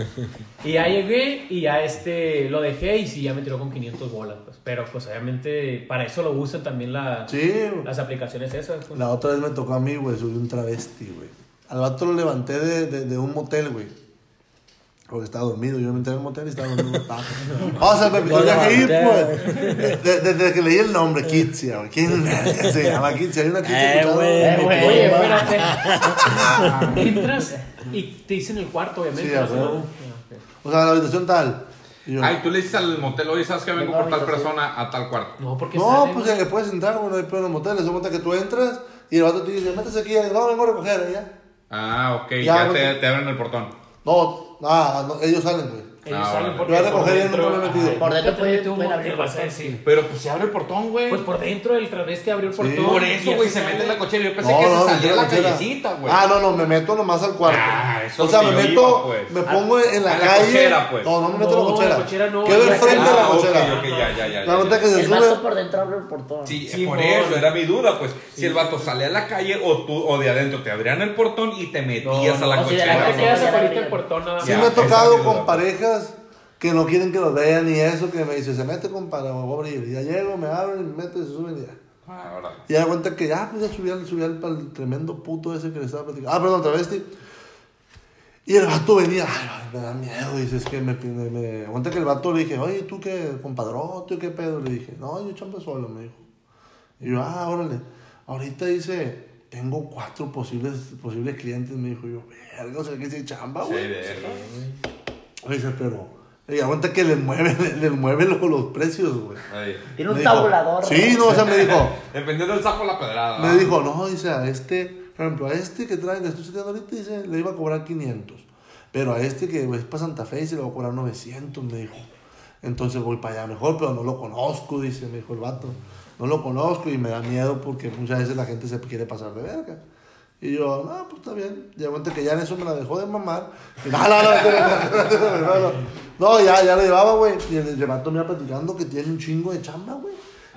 E: Y ya llegué y ya este, lo dejé y sí, ya me tiró con 500 bolas, pues, pero pues obviamente para eso lo usan también la-
A: Sí, güey.
E: las aplicaciones esas. pues.
A: La otra vez me tocó a mí, güey, subí un travesti, güey. Al vato lo levanté de, de- de un motel, güey. Porque estaba dormido, yo me entré en un motel y estaba dormido.
B: (laughs)
A: estaba- o sea, me
B: Lo
A: pidió ya que ir,
B: levanté.
A: pues. De- de- Desde que leí el nombre, Kitsia, güey. ¿Quién (laughs) se llama Kitsia? Hay una Kitsia
B: Eh,
A: escuchada?
B: güey.
A: Eh,
B: güey.
E: Oye, espérate.
A: (laughs)
E: Entras y te dicen el cuarto, obviamente.
A: Sí, a
E: o sea,
A: huevo.
E: ah, ok.
A: O sea, la habitación tal. Y yo,
D: Ay, tú le dices al motel, oye, ¿sabes que vengo por tal persona a tal cuarto?
E: No, porque
A: no,
E: salen,
A: pues
E: güey.
A: eh, puedes entrar, güey, no hay pedo en los moteles. Se cuenta que tú entras y el vato te dice, métese aquí, no, vengo a recoger, ya.
D: Ah, ok,
A: Ya,
D: ya
A: güey.
D: te, te abren el portón.
A: No, ah, no, ellos salen, güey.
E: Ellos
D: Ah, vale.
E: salen porque
A: Yo voy a recoger y
E: por
A: no me he
E: dentro-
A: metido.
E: Ay,
C: Por dentro
E: te
C: puede-
E: metes un
C: pueden abrir
E: motel,
C: el
E: vas a
C: portón.
E: decir.
D: Pero pues se abre el portón, güey.
E: Pues por dentro del travesti abrió el portón.
D: por
E: y
D: eso, güey,
E: así
D: se mete en la cochera. Yo pensé
A: No,
D: que
A: no,
D: se salía a
A: mentira,
D: la
A: mentira.
D: callecita, güey.
A: Ah, no, no, me meto nomás al cuarto.
D: Ah, eso
A: o sea,
D: es lo
A: me
D: que yo
A: meto,
D: iba, pues.
A: me pongo en la
D: a la
A: calle.
D: cochera, pues.
A: No, no me meto
E: No,
A: en la
E: la
A: cochera.
E: cochera no,
A: Quedo
E: ya
A: enfrente
E: está.
A: de la
D: Ah, ok,
A: cochera.
D: ok, ya, ya, ya.
A: La
D: ya,
A: nota
D: ya.
A: que se
C: El vato
A: sube.
C: por dentro abre el portón.
D: Sí,
E: Sí,
D: por
E: por-
D: eso, era mi duda, pues. Si el vato salía a la calle o tú, o de adentro, te abrían el portón y te metías
E: No,
D: a la
C: no, si de la
D: cochera.
E: Ahí te
C: Sí,
E: quedas
C: ya
E: afuera
C: la
E: del portón nada más.
A: Sí
D: Ya,
A: me ha
D: esa es
A: tocado
D: mi
A: con
D: duda.
A: parejas que no quieren que los vean y eso, que me dicen, se mete con para voy a abrir. Ya llego, me abren, me meto y se suben y ya.
D: Ah, ahora.
A: Y ya cuenta que ya, pues ya subí al, subí al, al tremendo puto ese que le estaba platicando. Ah, perdón, travesti. Y el vato venía, ay, me da miedo. Dice, es que me, me, me- Cuenta que el vato le dije, oye, ¿tú qué, compadrote, qué pedo? Le dije, no, yo champa solo, me dijo. Y yo, ah, órale. Ahorita dice, tengo cuatro posibles, posibles clientes, me dijo. Y yo, verga, o sea, que se chamba,
D: Sí,
A: güey.
D: verga.
A: Le Dice, pero. Y aguanta que les mueve, (laughs) les mueve los, los precios, güey.
D: Ahí.
C: Tiene un
A: Me dijo,
C: tabulador.
A: Sí, no, o sea, me
D: (laughs)
A: dijo.
D: Dependiendo del sapo la pedrada.
A: Me dijo, no, dice, a este, por ejemplo, a este que traen, que estoy sacando ahorita, dice, le iba a cobrar 500. Pero a este que es para Santa Fe, se le va a cobrar 900, me dijo. Entonces voy para allá mejor, pero no lo conozco, dice, me dijo el vato. No lo conozco y me da miedo porque muchas veces la gente se quiere pasar de verga. Y yo, ah, pues está bien. Y aguanta que ya en eso me la dejó de mamar. (laughs) Y, no, no, no, no, no, no, no. No, ya, ya la llevaba, güey. Y el, el vato me iba platicando que tiene un chingo de chamba, güey.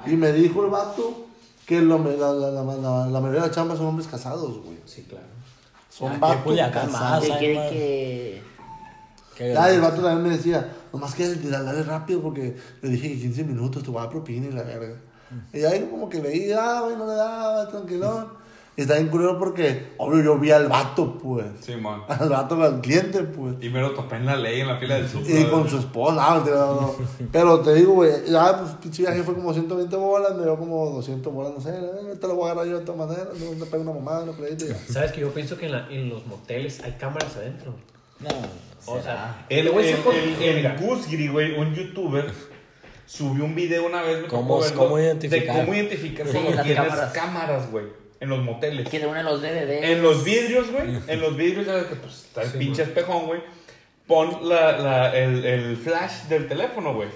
A: Y me dijo el vato que lo- la, la- la- la- la mayoría de las chambas son hombres casados, güey.
E: Sí, claro.
A: Son
B: Ah, qué
A: vatos
B: Culiacán más.
A: casados.
B: Ay,
C: ¿Qué quiere
B: madre.
C: que.?
B: Qué
A: Ya, y el vato también me decía, nomás que tirarle rápido porque le dije que 15 minutos te voy a dar propina y la verga.
E: Mm.
A: Y ahí como que le daba y no le daba, tranquilón. Y está bien curioso porque, obvio, yo vi al vato, pues. (laughs)
D: Simón.
A: Al vato, al cliente, pues.
D: Y me lo topé en la ley, en la fila del super.
A: Y con su esposa, ah, mentira, no, no. Pero te digo, güey, ya, pues, pinche viaje fue como 120 bolas, me dio como 200 bolas, no sé, eh, te lo voy a agarrar yo de todas maneras, no te pego una mamada, no creíste ya.
E: ¿Sabes que yo pienso que en, la- en los moteles hay cámaras adentro?
B: No.
E: O sea,
D: El,
E: le voy a decir
D: el-
E: por-
D: el- el Gusgri, güey, un youtuber, subió un video una vez. me tocó
B: ¿Cómo-
D: verlo,
B: cómo identificar?
D: De cómo identificar
C: Sí,
D: cuando
C: las
D: tienes
C: cámaras.
D: cámaras, güey, en los moteles.
C: Que se unen los DVDs.
I: Eh,
D: En los vidrios, güey. En los vidrios, ya ves que pues, está el pinche espejón, güey. Pon la, la- el, el flash del teléfono, güey.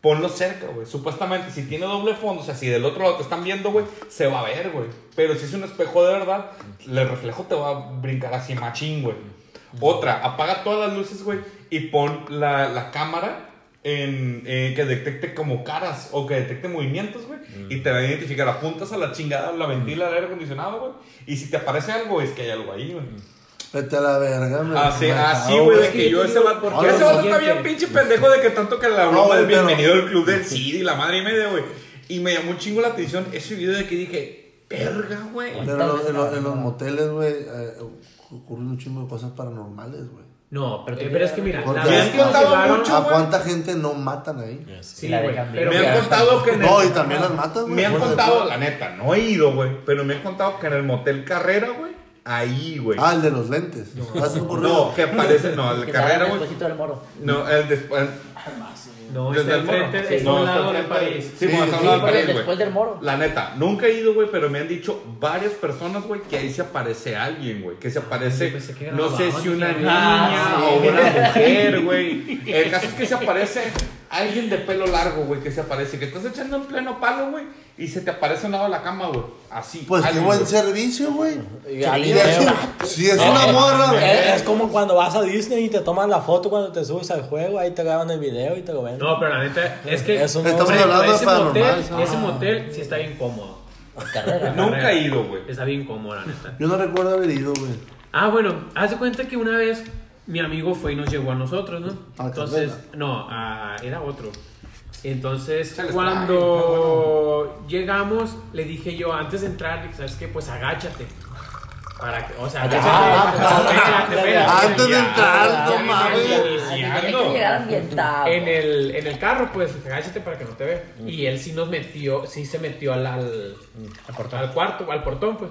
D: Ponlo cerca, güey. Supuestamente, si tiene doble fondo, o sea, si del otro lado te están viendo, güey, se va a ver, güey. Pero si es un espejo de verdad, el reflejo te va a brincar así machín, güey. Otra, apaga todas las luces, güey, y pon la, la cámara en, eh, que detecte como caras o que detecte movimientos, güey, y te va a identificar. Apuntas a la chingada, la ventila, al aire acondicionado, güey, y si te aparece algo, es que hay algo ahí, güey.
A: Vete a la verga, me
D: Así,
A: me
D: así,
A: cago,
D: ah, güey,
E: es
D: de
E: que
D: que
E: yo
D: yo
E: te
D: ese
E: digo,
D: vato.
E: ¿por
A: qué
D: Ese
A: lo
D: vato está
E: siguiente?
D: bien pinche pendejo de que tanto que le habló
A: No,
D: del
A: pero-
D: bienvenido al club del CID y la madre y media, güey. Y me llamó un chingo la atención ese video de que dije, verga, güey.
A: Pero en los- en, los- en los moteles, güey, eh, ocurren un chingo de cosas paranormales, güey.
E: No, pero, pero es que mira,
A: Porque
E: la
A: me
E: vez
A: han
E: que nos
D: contado
E: llevaron-
D: mucho.
A: ¿A
D: Ah, güey.
A: cuánta gente no matan ahí?
E: Sí,
C: La
E: güey,
C: dejan
E: pero
D: me han
E: mira,
D: contado que en el-
A: No, y también las matan, güey.
D: Me han
A: Fuera de
D: contado,
A: pedo.
D: la neta, no he ido, güey. Pero me han contado que en el motel Carrera, güey, ahí, güey.
A: Ah, el de los lentes. ¿Has ocurrido?
D: no, que aparece, no, el
C: (laughs) que
D: Carrera,
C: el
D: güey.
C: esposito del moro.
D: No, el después.
E: No, este
D: Desde
E: está
D: el foro.
E: enfrente,
D: Sí,
E: está
D: no,
E: al
D: está
E: lado de
D: enfrente.
E: París.
D: Sí,
A: Sí,
D: bueno,
A: sí,
D: está al lado de
C: por el-
D: París, güey.
C: después del moro.
D: La neta, nunca he ido, güey, pero me han dicho varias personas, güey, que ahí se aparece alguien, güey. Que se aparece,
E: yo pensé que era
D: no sé
E: grababan,
D: si una
E: dije,
D: niña
E: ah,
D: o
E: sí.
D: una mujer, güey. El caso es que se aparece alguien de pelo largo, güey, que se aparece. Que estás echando en pleno palo, güey, y se te aparece al lado de la cama, güey. Así.
A: Pues qué
D: alguien,
A: buen
D: güey.
A: servicio, güey.
B: Y a mí
A: Si
B: me-
A: es un- Si es una morra, güey.
D: Eh.
B: Es, es como cuando vas a Disney y te toman la foto cuando te subes al juego, ahí te graban el video y te lo venden.
E: No, pero la neta es que
B: Eso no-
A: Estamos
E: Por ejemplo,
A: hablando de
E: ese motel,
A: paranormal.
E: ese motel sí está bien cómodo.
C: Carrera.
D: Nunca he ido, güey.
E: Está bien cómodo, la neta.
A: Yo no recuerdo haber ido, güey.
E: Ah, bueno, haz de cuenta que una vez mi amigo fue y nos llevó a nosotros, ¿no?
A: ¿A
E: Entonces,
A: Candela?
E: no, a- era otro. Entonces,
D: Se les
E: cuando llegamos, le dije yo, antes de entrar, le dije, ¿sabes qué? Pues agáchate. Para que, o sea, agáchate. espérate, espérate.
A: Antes de
E: Ya,
A: entrar, no
E: ya, ya,
A: mames.
E: ya, ya,
C: Hay que llegar ambientado.
E: en el, en el carro, pues, agáchate para que no te vea. Y él sí nos metió, sí se metió al, al, al al cuarto, al portón, pues.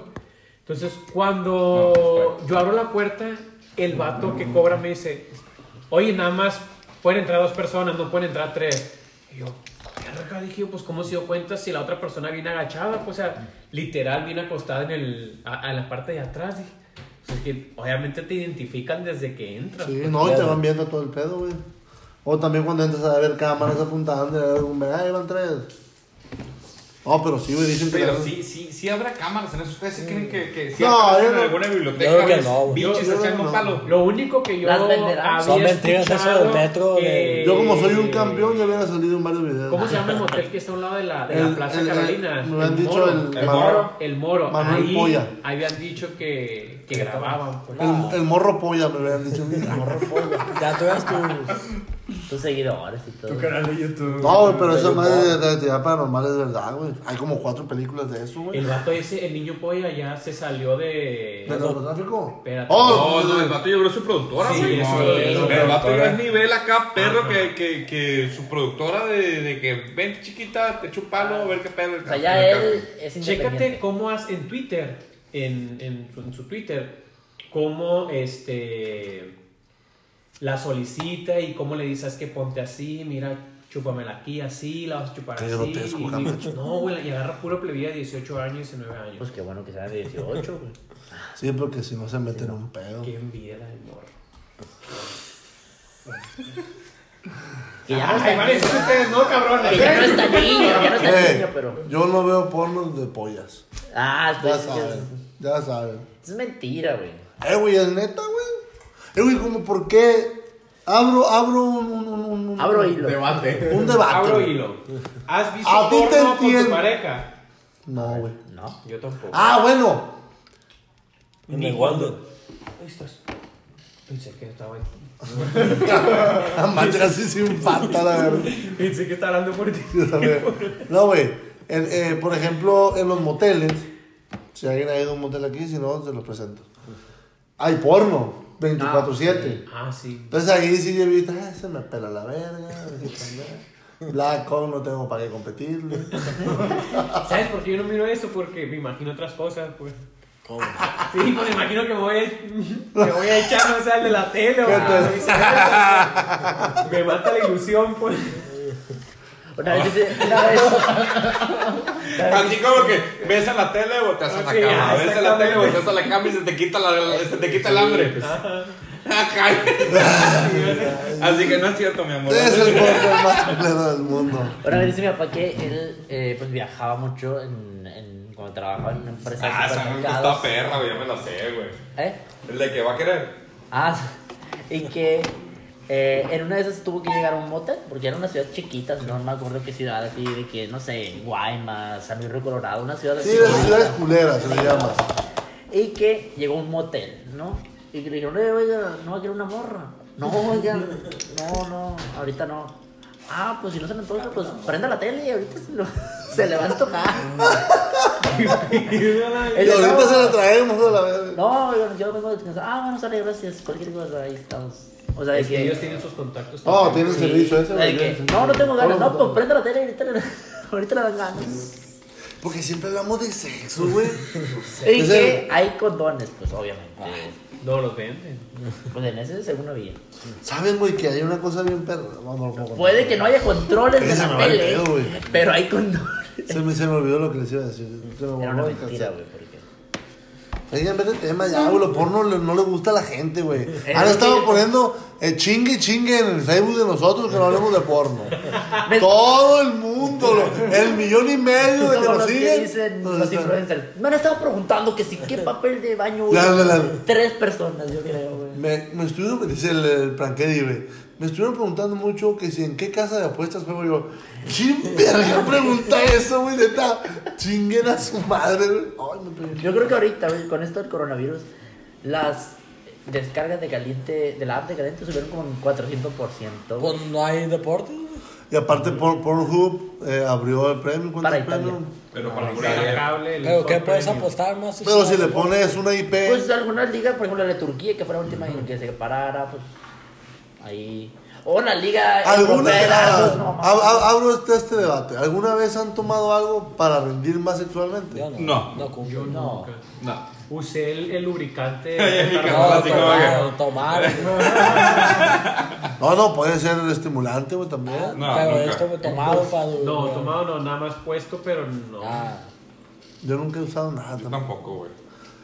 E: Entonces, cuando yo abro la puerta, el vato que cobra me dice, oye, nada más pueden entrar dos personas, no pueden entrar tres. Y yo, verga, dije, pues, ¿cómo se dio cuenta si la otra persona viene agachada? Pues, o sea, literal, viene acostada en, el, a, a la parte de atrás. Dije, pues, es que obviamente te identifican desde que entras.
A: Sí, no, y te van viendo todo el pedo, güey. O también cuando entras a ver cámaras apuntando, a ver, güey, ahí van tres. No, pero sí, güey, dicen que...
D: Pero
A: la-
D: sí, sí, sí habrá cámaras en eso. ¿Ustedes se creen que, que sí
A: No,
D: aparecen
A: yo
D: en
A: no-
D: alguna biblioteca?
B: yo creo que
D: güey,
B: no, güey.
D: Pinches
A: Yo- yo
D: echando
A: no.
D: palo.
E: Lo único que yo
C: Las venderán.
E: había
B: Son mentiras
E: escuchado
B: eso del metro,
E: que-
B: de-
A: Yo como soy un campeón, ya hubiera salido en varios videos.
E: ¿Cómo se llama el motel que está a un lado de la, de la
A: El-
E: Plaza
A: el- el-
E: Carolina?
A: me han dicho
E: Moro.
A: el-
E: el
D: El
E: Moro.
D: Moro.
E: El Moro.
A: Manuel
E: Ahí
A: Polla.
E: habían dicho que, que grababan. pues.
A: El, el morro polla, me habían dicho. no,
B: Ya tú eres tu.
C: Tus seguidores y todo.
J: canal de YouTube.
A: güey, pero esa madre de la actividad paranormal es verdad, güey. Hay como cuatro películas de eso, güey.
E: El vato ese, el niño Polla, ya se salió de...
A: ¿De narcotráfico?
E: Espérate.
A: Oh,
D: No, no, el vato yo creo su productora,
E: Sí,
D: güey.
E: eso,
D: No, el-
E: eso,
D: el vato
E: productora.
D: ya es nivel acá, perro, que, que, que su productora de, de que vente chiquita, te echo un palo, a ver qué pedo.
C: O sea, ya él es
E: Chécate
C: independiente.
E: cómo has en Twitter, en, en, su, en su Twitter, cómo este la solicita y cómo le dices que ponte así, mira, chúpamela aquí, así, la vas a chupar
A: Qué
E: así.
A: grotesco,
E: y-
A: Camacho.
E: no, güey, y agarra puro plebilla de 18 años, 19 años.
C: Pues qué bueno que sea de 18, güey.
A: Sí, porque si no se meten en un pedo.
E: Qué envidia la del morro.
C: Que ya no está niño.
J: ustedes, no, cabrones.
C: Que ya no está niño, ya no está
A: Eh,
C: niño, pero.
A: Yo no veo pornos de pollas.
C: Ah,
A: Ya
C: pues.
A: saben. Ya saben.
C: Es mentira, güey.
A: Eh, güey, es neta, güey. Eh, güey, como por qué abro, abro un, un, un, un- un-
C: Abro hilo.
J: Debate.
A: un debate.
F: Abro
A: güey.
F: hilo. ¿Has visto
A: A ti te
F: porno con tu
A: entiendo.
F: pareja?
A: No, güey.
C: No.
F: Yo tampoco.
A: Ah, bueno. (laughs)
B: Ni cuando.
F: Pensé que estaba
E: (laughs)
A: La madre así sin falta, la verdad.
F: Pensé que estaba hablando por ti.
A: Yo también. No, güey. En, eh, por ejemplo, en los moteles, si alguien ha ido a un motel aquí, si no, se los presento. Hay porno, 24-7.
F: Ah, sí.
A: Entonces ahí sí yo he visto, ah, se me pela la verga. Black Hawk no tengo para qué competirle.
F: ¿Sabes por qué yo no miro eso? Porque me imagino otras cosas, pues.
B: ¿Cómo?
F: (laughs) Sí, pues me imagino que me voy a, me voy a (laughs) echar, no sé, al de la tele o a viceversa. Me mata la ilusión,
B: (laughs)
F: pues.
C: Una vez hice- una vez.
D: Así como que ves a la tele, volteas a la
F: Sí,
D: cama.
F: ah,
D: Ves a la
F: exactamente.
D: tele, volteas a la cama y se te quita, la, se te quita el hambre. (laughs) Ajá. Así que no es cierto, mi amor.
A: es el porno más pleno del mundo.
C: Una vez dice mi papá que él eh, pues viajaba mucho en, en- cuando trabajaba en una empresa de
D: Ah, esa nunca
C: supermercados.
D: está perra, güey. Ya me la sé, güey.
C: ¿Eh?
D: El de que va a querer.
C: Ah, y que eh, en una de esas tuvo que llegar a un motel, porque era una ciudad chiquita, no me acuerdo qué ciudad, así de que, no sé, Guaymas, San Luis Río Colorado, una ciudad así.
A: Sí, las ciudades culeras se le llama.
C: Y que llegó a un motel, ¿no? Y que le dijeron, "Eh, oiga, no va a querer una morra. No, oiga, no, no, ahorita no. Ah, pues si no se le antoja, pues prenda la tele y ahorita se, lo- (laughs) se le va a antojar.
A: Y
C: Ella, "No,
A: ahorita se la traemos a la verga.
C: No, yo, yo vengo de descansar. Ah, bueno, sale, gracias. Cualquier cosa, ahí estamos. O sea, de
F: Es que
C: que.
F: ellos tienen sus contactos.
D: Oh,
A: No, tiene
C: sí,
A: servicio ese,
C: de
A: güey.
C: que,
A: tienen
C: No, no tengo ganas.
A: servicio.
C: No, pues prende la tele y ahorita le, (laughs) ahorita le dan ganas.
A: Porque siempre hablamos de sexo, güey.
C: (laughs) Y
A: Es
C: que hay condones, pues obviamente.
F: No, los venden.
C: Pues en ese segundo bien.
A: Saben, güey, que hay una cosa bien perra. No, no, no, no.
C: Puede que no haya controles de
A: Esa me
C: la
A: va el
C: tele,
A: pedo, güey.
C: pero hay condones.
A: Se me, se me olvidó lo que les iba a decir. Se me borró
C: Era una
A: el
C: mentira,
A: calzado.
C: güey, porque.
A: Oigan, vete el tema ya, güey. Lo porno le- no le gusta a la gente, güey. Han
C: lo
A: estado
C: que-
A: poniendo eh, chingue y chingue en el Facebook de nosotros que no hablemos de
C: (laughs)
A: porno. Todo el mundo, lo- el millón y medio de que nos
C: Como los que dicen
A: siguen.
C: los influencers. Me han estado preguntando que si qué papel de baño
A: La, la, la.
C: usan. Tres personas, yo creo, güey.
A: Me, me estuvieron, dice el, el Prankedi, güey. Me estuvieron preguntando mucho que si en qué casa de apuestas juego yo. ¿Quién verga pregunta eso, güey? Neta, chinguen a su madre, güey. Ay, me pegué.
C: Yo creo que ahorita, güey, con esto del coronavirus, las descargas de caliente, de la app de caliente subieron como un 400%. güey.
B: Pues no hay deporte, güey.
A: Y aparte, Por- Pornhub eh, abrió el premio. ¿Cuánto
C: Para
A: el premio?
C: Italia.
D: Pero para
F: El
D: Corea.
F: cable, el
B: eh, Pero ¿qué Pues,
F: Sport
B: puedes
F: Premium.
B: apostar más?
A: Pero si le pones una IP.
C: Pues algunas ligas, por ejemplo la de Turquía, que fue la última en que se parara, pues ahí. O la liga.
A: ¿Alguna
C: europea,
A: ah,
C: pues, no, mames.
A: ab- ab- abro este, este debate. ¿Alguna vez han tomado algo para rendir más sexualmente?
B: Yo no.
D: No.
B: No cumplo.
F: Yo
C: No.
F: nunca.
D: No.
F: Usé el, el lubricante.
D: (laughs) Ay, mi
B: No,
D: Así como
B: tomar, tomar.
A: No, no, puede ser estimulante, güey,
B: Ah,
A: también.
D: No,
B: pero
D: nunca.
B: esto fue tomado para.
F: No, tomado no, nada más puesto, pero no.
B: Ah.
A: Yo nunca he usado nada
D: Yo
A: tampoco.
D: tampoco, güey.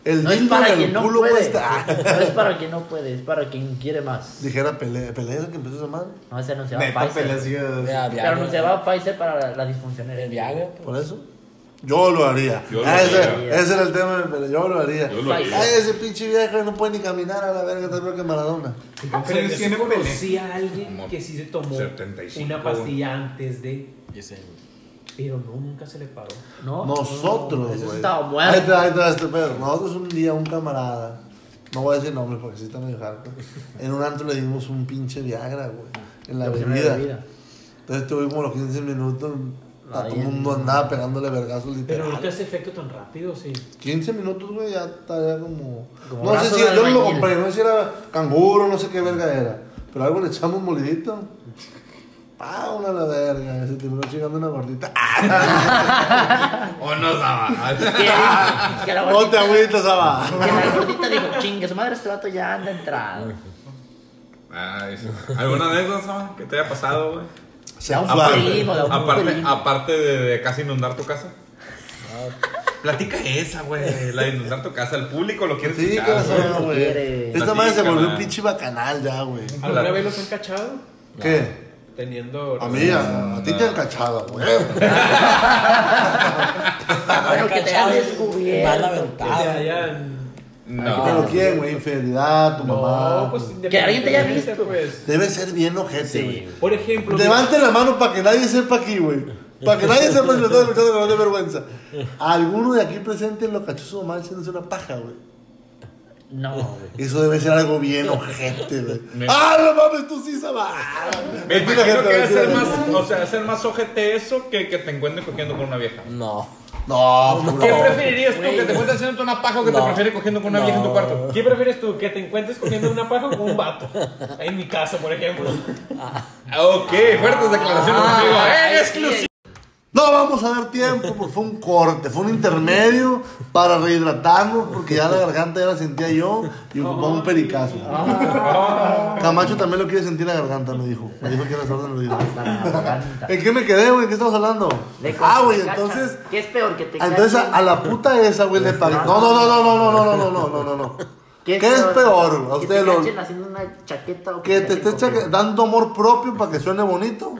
A: El
C: No es
A: dildo
C: para
A: en el
C: quien no
A: culo
C: puede.
A: cuesta. Ah,
C: No es para quien no puede, es para quien quiere más.
A: Dijera pelea, pelea que empezó esa madre.
C: No, se anunciaba
J: Neta
C: Pfizer.
J: pelación.
B: Vea,
C: Se
B: Viagra.
C: anunciaba Pfizer para la disfunción
B: El
C: eréctil.
B: Viagra.
A: Por eso. Yo lo haría.
D: Yo lo
A: Ah, ese,
D: haría.
A: ese era el tema, pero yo lo haría.
D: Yo lo haría.
A: Ay, ese pinche viejo no puede ni caminar a la verga, está peor que Maradona.
F: Pero yo
J: Entonces,
F: sí
J: tiene pelea.
F: conocí a alguien
D: Como
F: que sí se tomó
D: 75,
F: una pastilla antes de.
B: Y se-
F: Pero no, nunca se le paró.
C: No,
A: Nosotros,
C: Eso
A: güey.
C: estaba
A: Ahí te
C: (laughs) muerto.
A: va, ahí te va este pedo. Nosotros un día, un camarada, no voy a decir nombres porque sí está medio hardcore, en un antro le dimos un pinche Viagra, güey, en la
C: Le pusieron la
A: bebida.
C: bebida.
A: Entonces estuve como los 15 minutos, a
C: Ay,
A: todo el mundo andaba pegándole vergazos
F: Pero
A: literal.
F: no te hace efecto tan rápido, sí.
A: 15 minutos, güey, ya estaría como...
C: Como
A: no sé
C: brazo
A: si,
C: de
A: yo no lo
C: albañil.
A: compré, no sé si era canguro, no sé qué verga era, pero algo le echamos molidito. Ah, una a la verga, se terminó chingando una gordita. ¡Ah!
D: O no, Sama.
C: Que la- que la
A: No te
C: gordita-
A: agüitas, Saba.
C: que la gordita dijo, chingue, su madre este vato ya anda entrado.
D: Ay, sí. ¿Alguna anécdota, Sama, que te haya pasado, güey?
A: Se
C: un
A: afla-
C: primo. de un
D: aparte,
C: primo.
D: aparte de, de casi inundar tu casa. Platica esa, güey. La de inundar tu casa. El público Pues lo quiere
A: Sí,
D: escuchar, güey.
A: corazón, güey.
C: quiere.
A: Esta madre se
D: Platícame.
A: volvió un pinche bacanal ya, güey.
F: ¿Alguna vez los han cachado?
A: ¿Qué?
F: teniendo.
A: A mí, a, a ti te han cachado, güey. Te
C: Porque te han
B: Mal
C: descubierto.
F: Que te
B: aventado.
F: hayan-
A: lo
D: No.
A: quieren, güey. Infidelidad, tu mamá.
F: No, pues
C: Que alguien te haya
F: independientemente,
C: visto.
F: pues.
A: Debe ser bien ojete, güey.
F: Por ejemplo,
A: Levanten la mano para que nadie sepa aquí, güey. Para que nadie sepa si lo está escuchando que no dé vergüenza. Alguno de aquí presente lo cachó su mamá haciéndose una paja, güey. (laughs)
C: No, güey.
A: Eso debe ser algo bien ojete, güey. ¡Ah, no mames, tú sí sabes!
D: Me imagino que debe ser
A: mentira.
D: más, o sea, ser más ojete eso que que te encuentren cogiendo con una vieja.
B: No.
A: No, no,
D: ¿Qué preferirías tú? ¿Que te encuentres haciendo una paja o que te
B: No.
D: prefieres cogiendo con una
B: No.
D: vieja en tu cuarto?
F: ¿qué prefieres tú? ¿Que te encuentres cogiendo una paja o con un vato? Ahí en mi casa, por ejemplo.
D: Ok, fuertes declaraciones,
A: Ah,
D: amigo. ¡Eh, exclusivo!
A: No vamos a dar tiempo, porque fue un corte, fue un intermedio para rehidratarnos, porque ya la garganta ya la sentía yo y ocupaba un pericazo. Camacho también lo quiere sentir la garganta, me dijo. Me dijo que era sordo, me lo dijo. ¿En qué me quedé, güey? ¿En qué estamos hablando?
C: De
A: Ah, güey,
C: cosas que
A: entonces.
C: cachan. ¿Qué es peor que te
A: Entonces
C: cachen?
A: a, a la puta esa, güey, le pagué. No, no, no, no, no, no, no, no, no, no, no, no. ¿Qué es peor? güey? A
C: ¿Que
A: usted
C: te
A: lo.
C: cachen haciendo una chaqueta o
A: Que te estés chaque- dando amor propio para que suene bonito.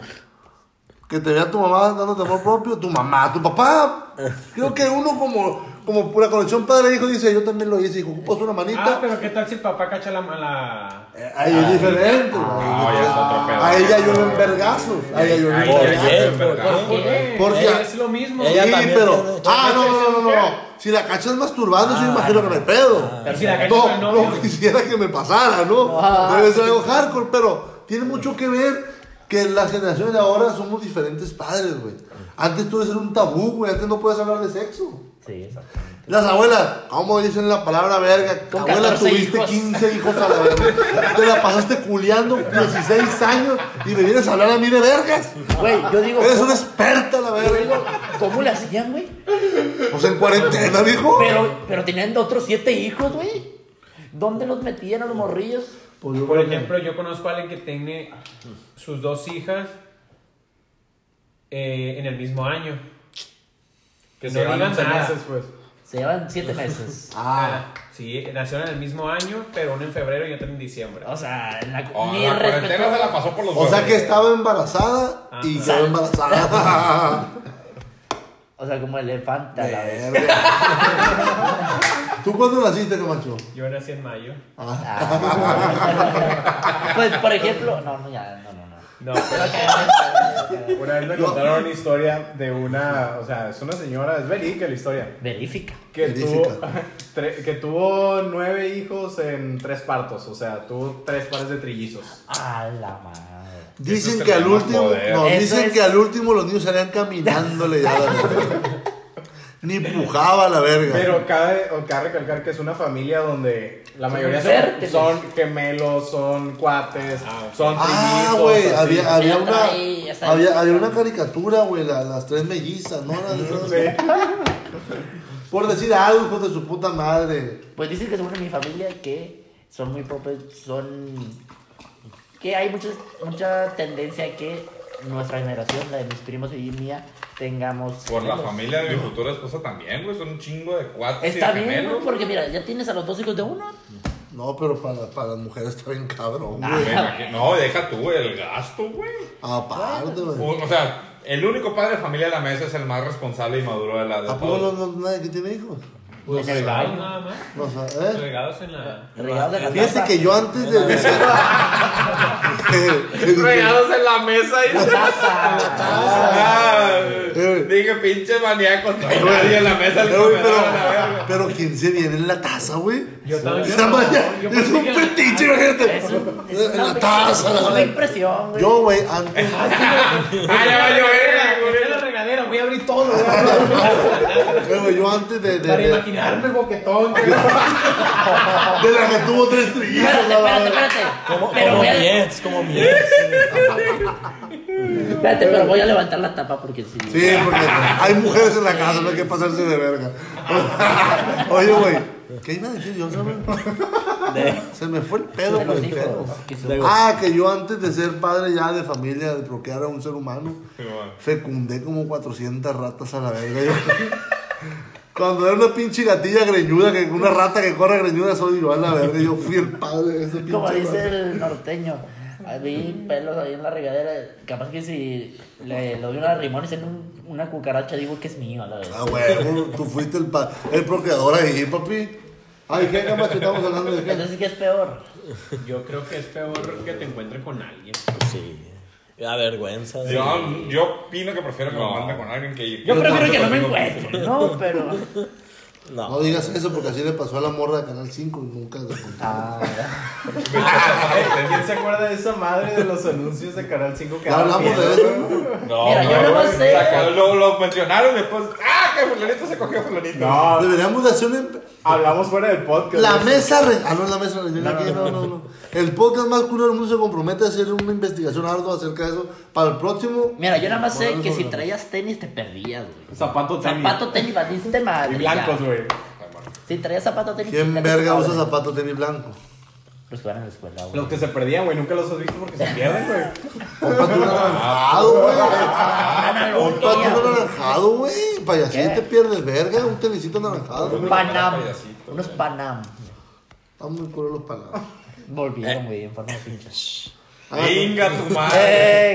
A: Que te vea tu mamá dándote amor propio, tu mamá, tu papá. Creo que uno como, como pura conexión padre-hijo dice, yo también lo hice, hijo, ocupas una
F: Ah,
A: manita.
F: pero ¿qué tal si el papá cacha la mala?
A: Eh, Ahí es diferente. güey.
D: No, ya es otro pedo.
A: Ahí ya llueven vergazos. Ahí ya llueven
D: Ahí ya
A: vergazos.
D: llueve
B: ¿Por
D: vergazos.
F: Eh,
A: Por Eh, si-
F: es lo mismo.
A: Sí,
B: Ella también
A: pero.
B: tiene-
A: Ah, no, no, no, no, no. Si la cachas masturbando, yo imagino que no hay pedo.
F: Pero si la cachas con el
A: no,
F: novio.
A: no quisiera que me pasara, ¿no? Debe ser algo hardcore, pero tiene mucho que ver que las generaciones de ahora somos diferentes padres, güey. Antes tú ser un tabú, güey. Antes no podías hablar de sexo.
C: Sí, exacto.
A: Las abuelas, ¿cómo dicen la palabra verga?
C: Con
A: Abuela,
C: 14
A: tuviste
C: hijos.
A: 15 hijos a la verga. Te la pasaste culeando 16 años y me vienes a hablar a mí de vergas.
C: Güey, yo digo.
A: Eres
C: ¿cómo-
A: una experta a la
C: yo digo,
A: verga.
C: (laughs) ¿Cómo le hacían, güey?
A: Pues en cuarentena, viejo.
C: Pero, pero tenían otros siete hijos, güey. ¿Dónde los metían a los morrillos?
A: Pues yo
J: eh.
F: Por
A: creo que-
F: ejemplo, yo conozco a alguien que tiene sus dos hijas eh, en el mismo año. Que no
D: se van
F: digan
D: once
F: nada.
D: meses,
F: pues.
C: Se llevan siete meses.
A: Ah,
F: Sí, nacieron en el mismo año, pero uno en febrero y otro en diciembre.
C: O sea, en la,
D: Oh,
C: ni
D: la cuarentena
C: respeto.
D: se la pasó por los
A: o
D: huevos.
A: sea que estaba embarazada y
F: Ajá.
A: quedó embarazada.
C: O sea, como elefante a la
A: (laughs)
D: Eh.
C: vez.
A: Verga. ¿Tú cuándo naciste, Camacho? Ah.
F: Yo nací en mayo.
C: Ah. (laughs) pues, por ejemplo, no, no, ya, no,
D: (laughs)
C: no, no.
F: No,
J: Una vez me contaron una historia de una, o sea, es una señora, es verídica la historia,
C: Verifica.
J: que tuvo, (laughs)
A: Verídica.
J: tre- que tuvo nueve hijos en tres partos, o sea, tuvo tres pares de trillizos.
C: A la madre.
A: Dicen
D: Eso
A: que al
D: tenemos
A: último,
D: poder.
A: no,
C: Eso
A: dicen
C: es-
A: que al último los niños salían caminándole ya la verga. Ni pujaba la verga.
J: Pero cabe, o cabe recalcar que es una familia donde la mayoría son,
C: fértiles.
J: son gemelos, son cuates, son
A: ah,
J: trillizos.
A: güey,
J: así.
A: había, había
C: Ya
A: una
C: trae, ya sabe.
A: había, había una caricatura, güey, la- las tres mellizas, ¿no? Las- las- Por decir algo, hijo de su puta madre.
C: Pues dicen que según en mi familia que son muy propios, son... Que hay muchas, mucha tendencia a que nuestra generación, la de mis primos y mía, tengamos...
D: Por la
C: gemelos.
D: familia de mi futura esposa también, güey. Son un chingo de cuatro.
C: Está bien, ¿no? porque mira, ya tienes a los dos hijos de uno.
A: No, pero para, para las mujeres está bien cabrón,
D: Me
A: güey.
D: imagino- No, deja tú, güey, el gasto, güey.
A: Aparte, Ah, güey.
D: O, o sea, el único padre de familia de la mesa es el más responsable y maduro de la de
A: ¿A poco
D: todos.
A: no, no, nadie que tiene hijos?
F: pues
C: En el
F: regados
C: baño.
F: nada más.
A: No, o sea, ¿eh?
F: Regados en la.
C: Regados de la
A: Fíjate
C: casa.
A: que yo antes de decir. (laughs) Que- que dije,
D: Regados en la mesa y
A: (laughs)
D: Ah,
A: Eh.
D: Dije, pinche maníaco. No hay nadie en la mesa al
A: "Eh, güey,
D: comedor, a la verga.
A: pero, pero ¿quién se viene en la taza, güey?
F: Yo también.
A: Esa
F: yo-
A: maña-
F: yo
A: es
F: pensé
A: un
F: que- Ah,
A: petiche,
C: Es
A: imagínate.
C: un- es
A: En la
C: una-
A: taza, la
C: es una
A: verdad.
C: impresión, güey.
A: Yo, güey, antes.
D: Ah, ya va a llover, güey.
F: Está en la regadera, voy a abrir todo. güey.
A: eh, güey, yo antes de. de,
F: Para
A: de,
F: imaginarme el boquetón.
A: de la que tuvo tres trillizos,
C: Espérate,
A: la
C: espérate,
A: verdad.
C: espérate.
B: Como,
C: pero
B: como
C: voy a-
B: Mietz, como Mietz.
C: Espérate, pero voy a levantar la tapa porque sí.
A: Sí, porque hay mujeres en la casa, no hay que pasarse de verga. (laughs) Oye, güey, ¿qué iba a decir yo, sabes? Se me fue el pedo,
C: De los
A: güey.
C: hijos. que son-
A: Ah, que yo antes de ser padre ya de familia, de bloquear a un ser humano,
D: Simón.
A: fecundé como 400 ratas a la verga. Yo- (laughs) Cuando era una pinche gatilla greñuda, que una rata que corre greñuda, soy yo a la verga. Yo fui el padre de esa pinche
C: Como
A: rata.
C: dice el norteño, Ahí vi pelos ahí en la regadera. Capaz que si le, le doy una rimón y sale un- una cucaracha, digo que es mío a la vez.
A: Ah, güey, tú fuiste el, pa- el procreador ahí, papi. Ay, ¿qué que estamos hablando de qué?
C: Eso sí que es peor.
E: Yo creo que es peor que te encuentre con alguien.
B: Sí. La vergüenza. de-
D: Yo, yo opino que prefiero que me mande con alguien que
C: Yo prefiero que no me
D: contigo.
C: encuentre, no, pero.
A: No
B: No.
A: digas eso porque así le pasó a la morra de Canal 5 y nunca le contó.
J: ¿Quién se acuerda de esa madre de los anuncios de Canal 5 que
A: Ya
J: daban
A: hablamos
J: miedo?
A: de eso.
D: No,
C: Mira, yo
D: no,
C: no
D: no,
C: sé.
D: saca- Lo, lo mencionaron y después. ¡Ah! Que fulanito se cogió a fulanito.
J: No,
A: Deberíamos de hacer un...
J: hablamos fuera del podcast.
A: La mesa re... Ah, no es la mesa reñida aquí, no, no, no. El podcast más culo del mundo se compromete a hacer una investigación ardua acerca de eso para el próximo.
C: Mira, yo nada más sé
A: Bueno,
C: que si
A: bueno.
C: traías tenis te perdías, güey.
J: Zapato tenis.
C: Zapato tenis, valiste madre.
J: Y
C: ya.
J: blancos, güey.
C: Si traías zapato tenis.
A: ¿Quién
C: chingate,
A: verga usa
C: cabrón.
A: zapatos tenis blanco?
C: Los que van a la escuela, güey.
J: Los que se perdían, güey, nunca los has visto porque se pierden, güey.
A: Cómprate un anaranjado, güey. Cómprate un anaranjado, güey. Payasín
C: ¿Qué?
A: te pierdes verga, un tenisito anaranjado.
C: Un Panam.
D: Payasito,
C: Unos Panam.
A: Están muy culo los palabras.
C: Volvieron, güey, en forma de pinche.
D: Venga tu madre.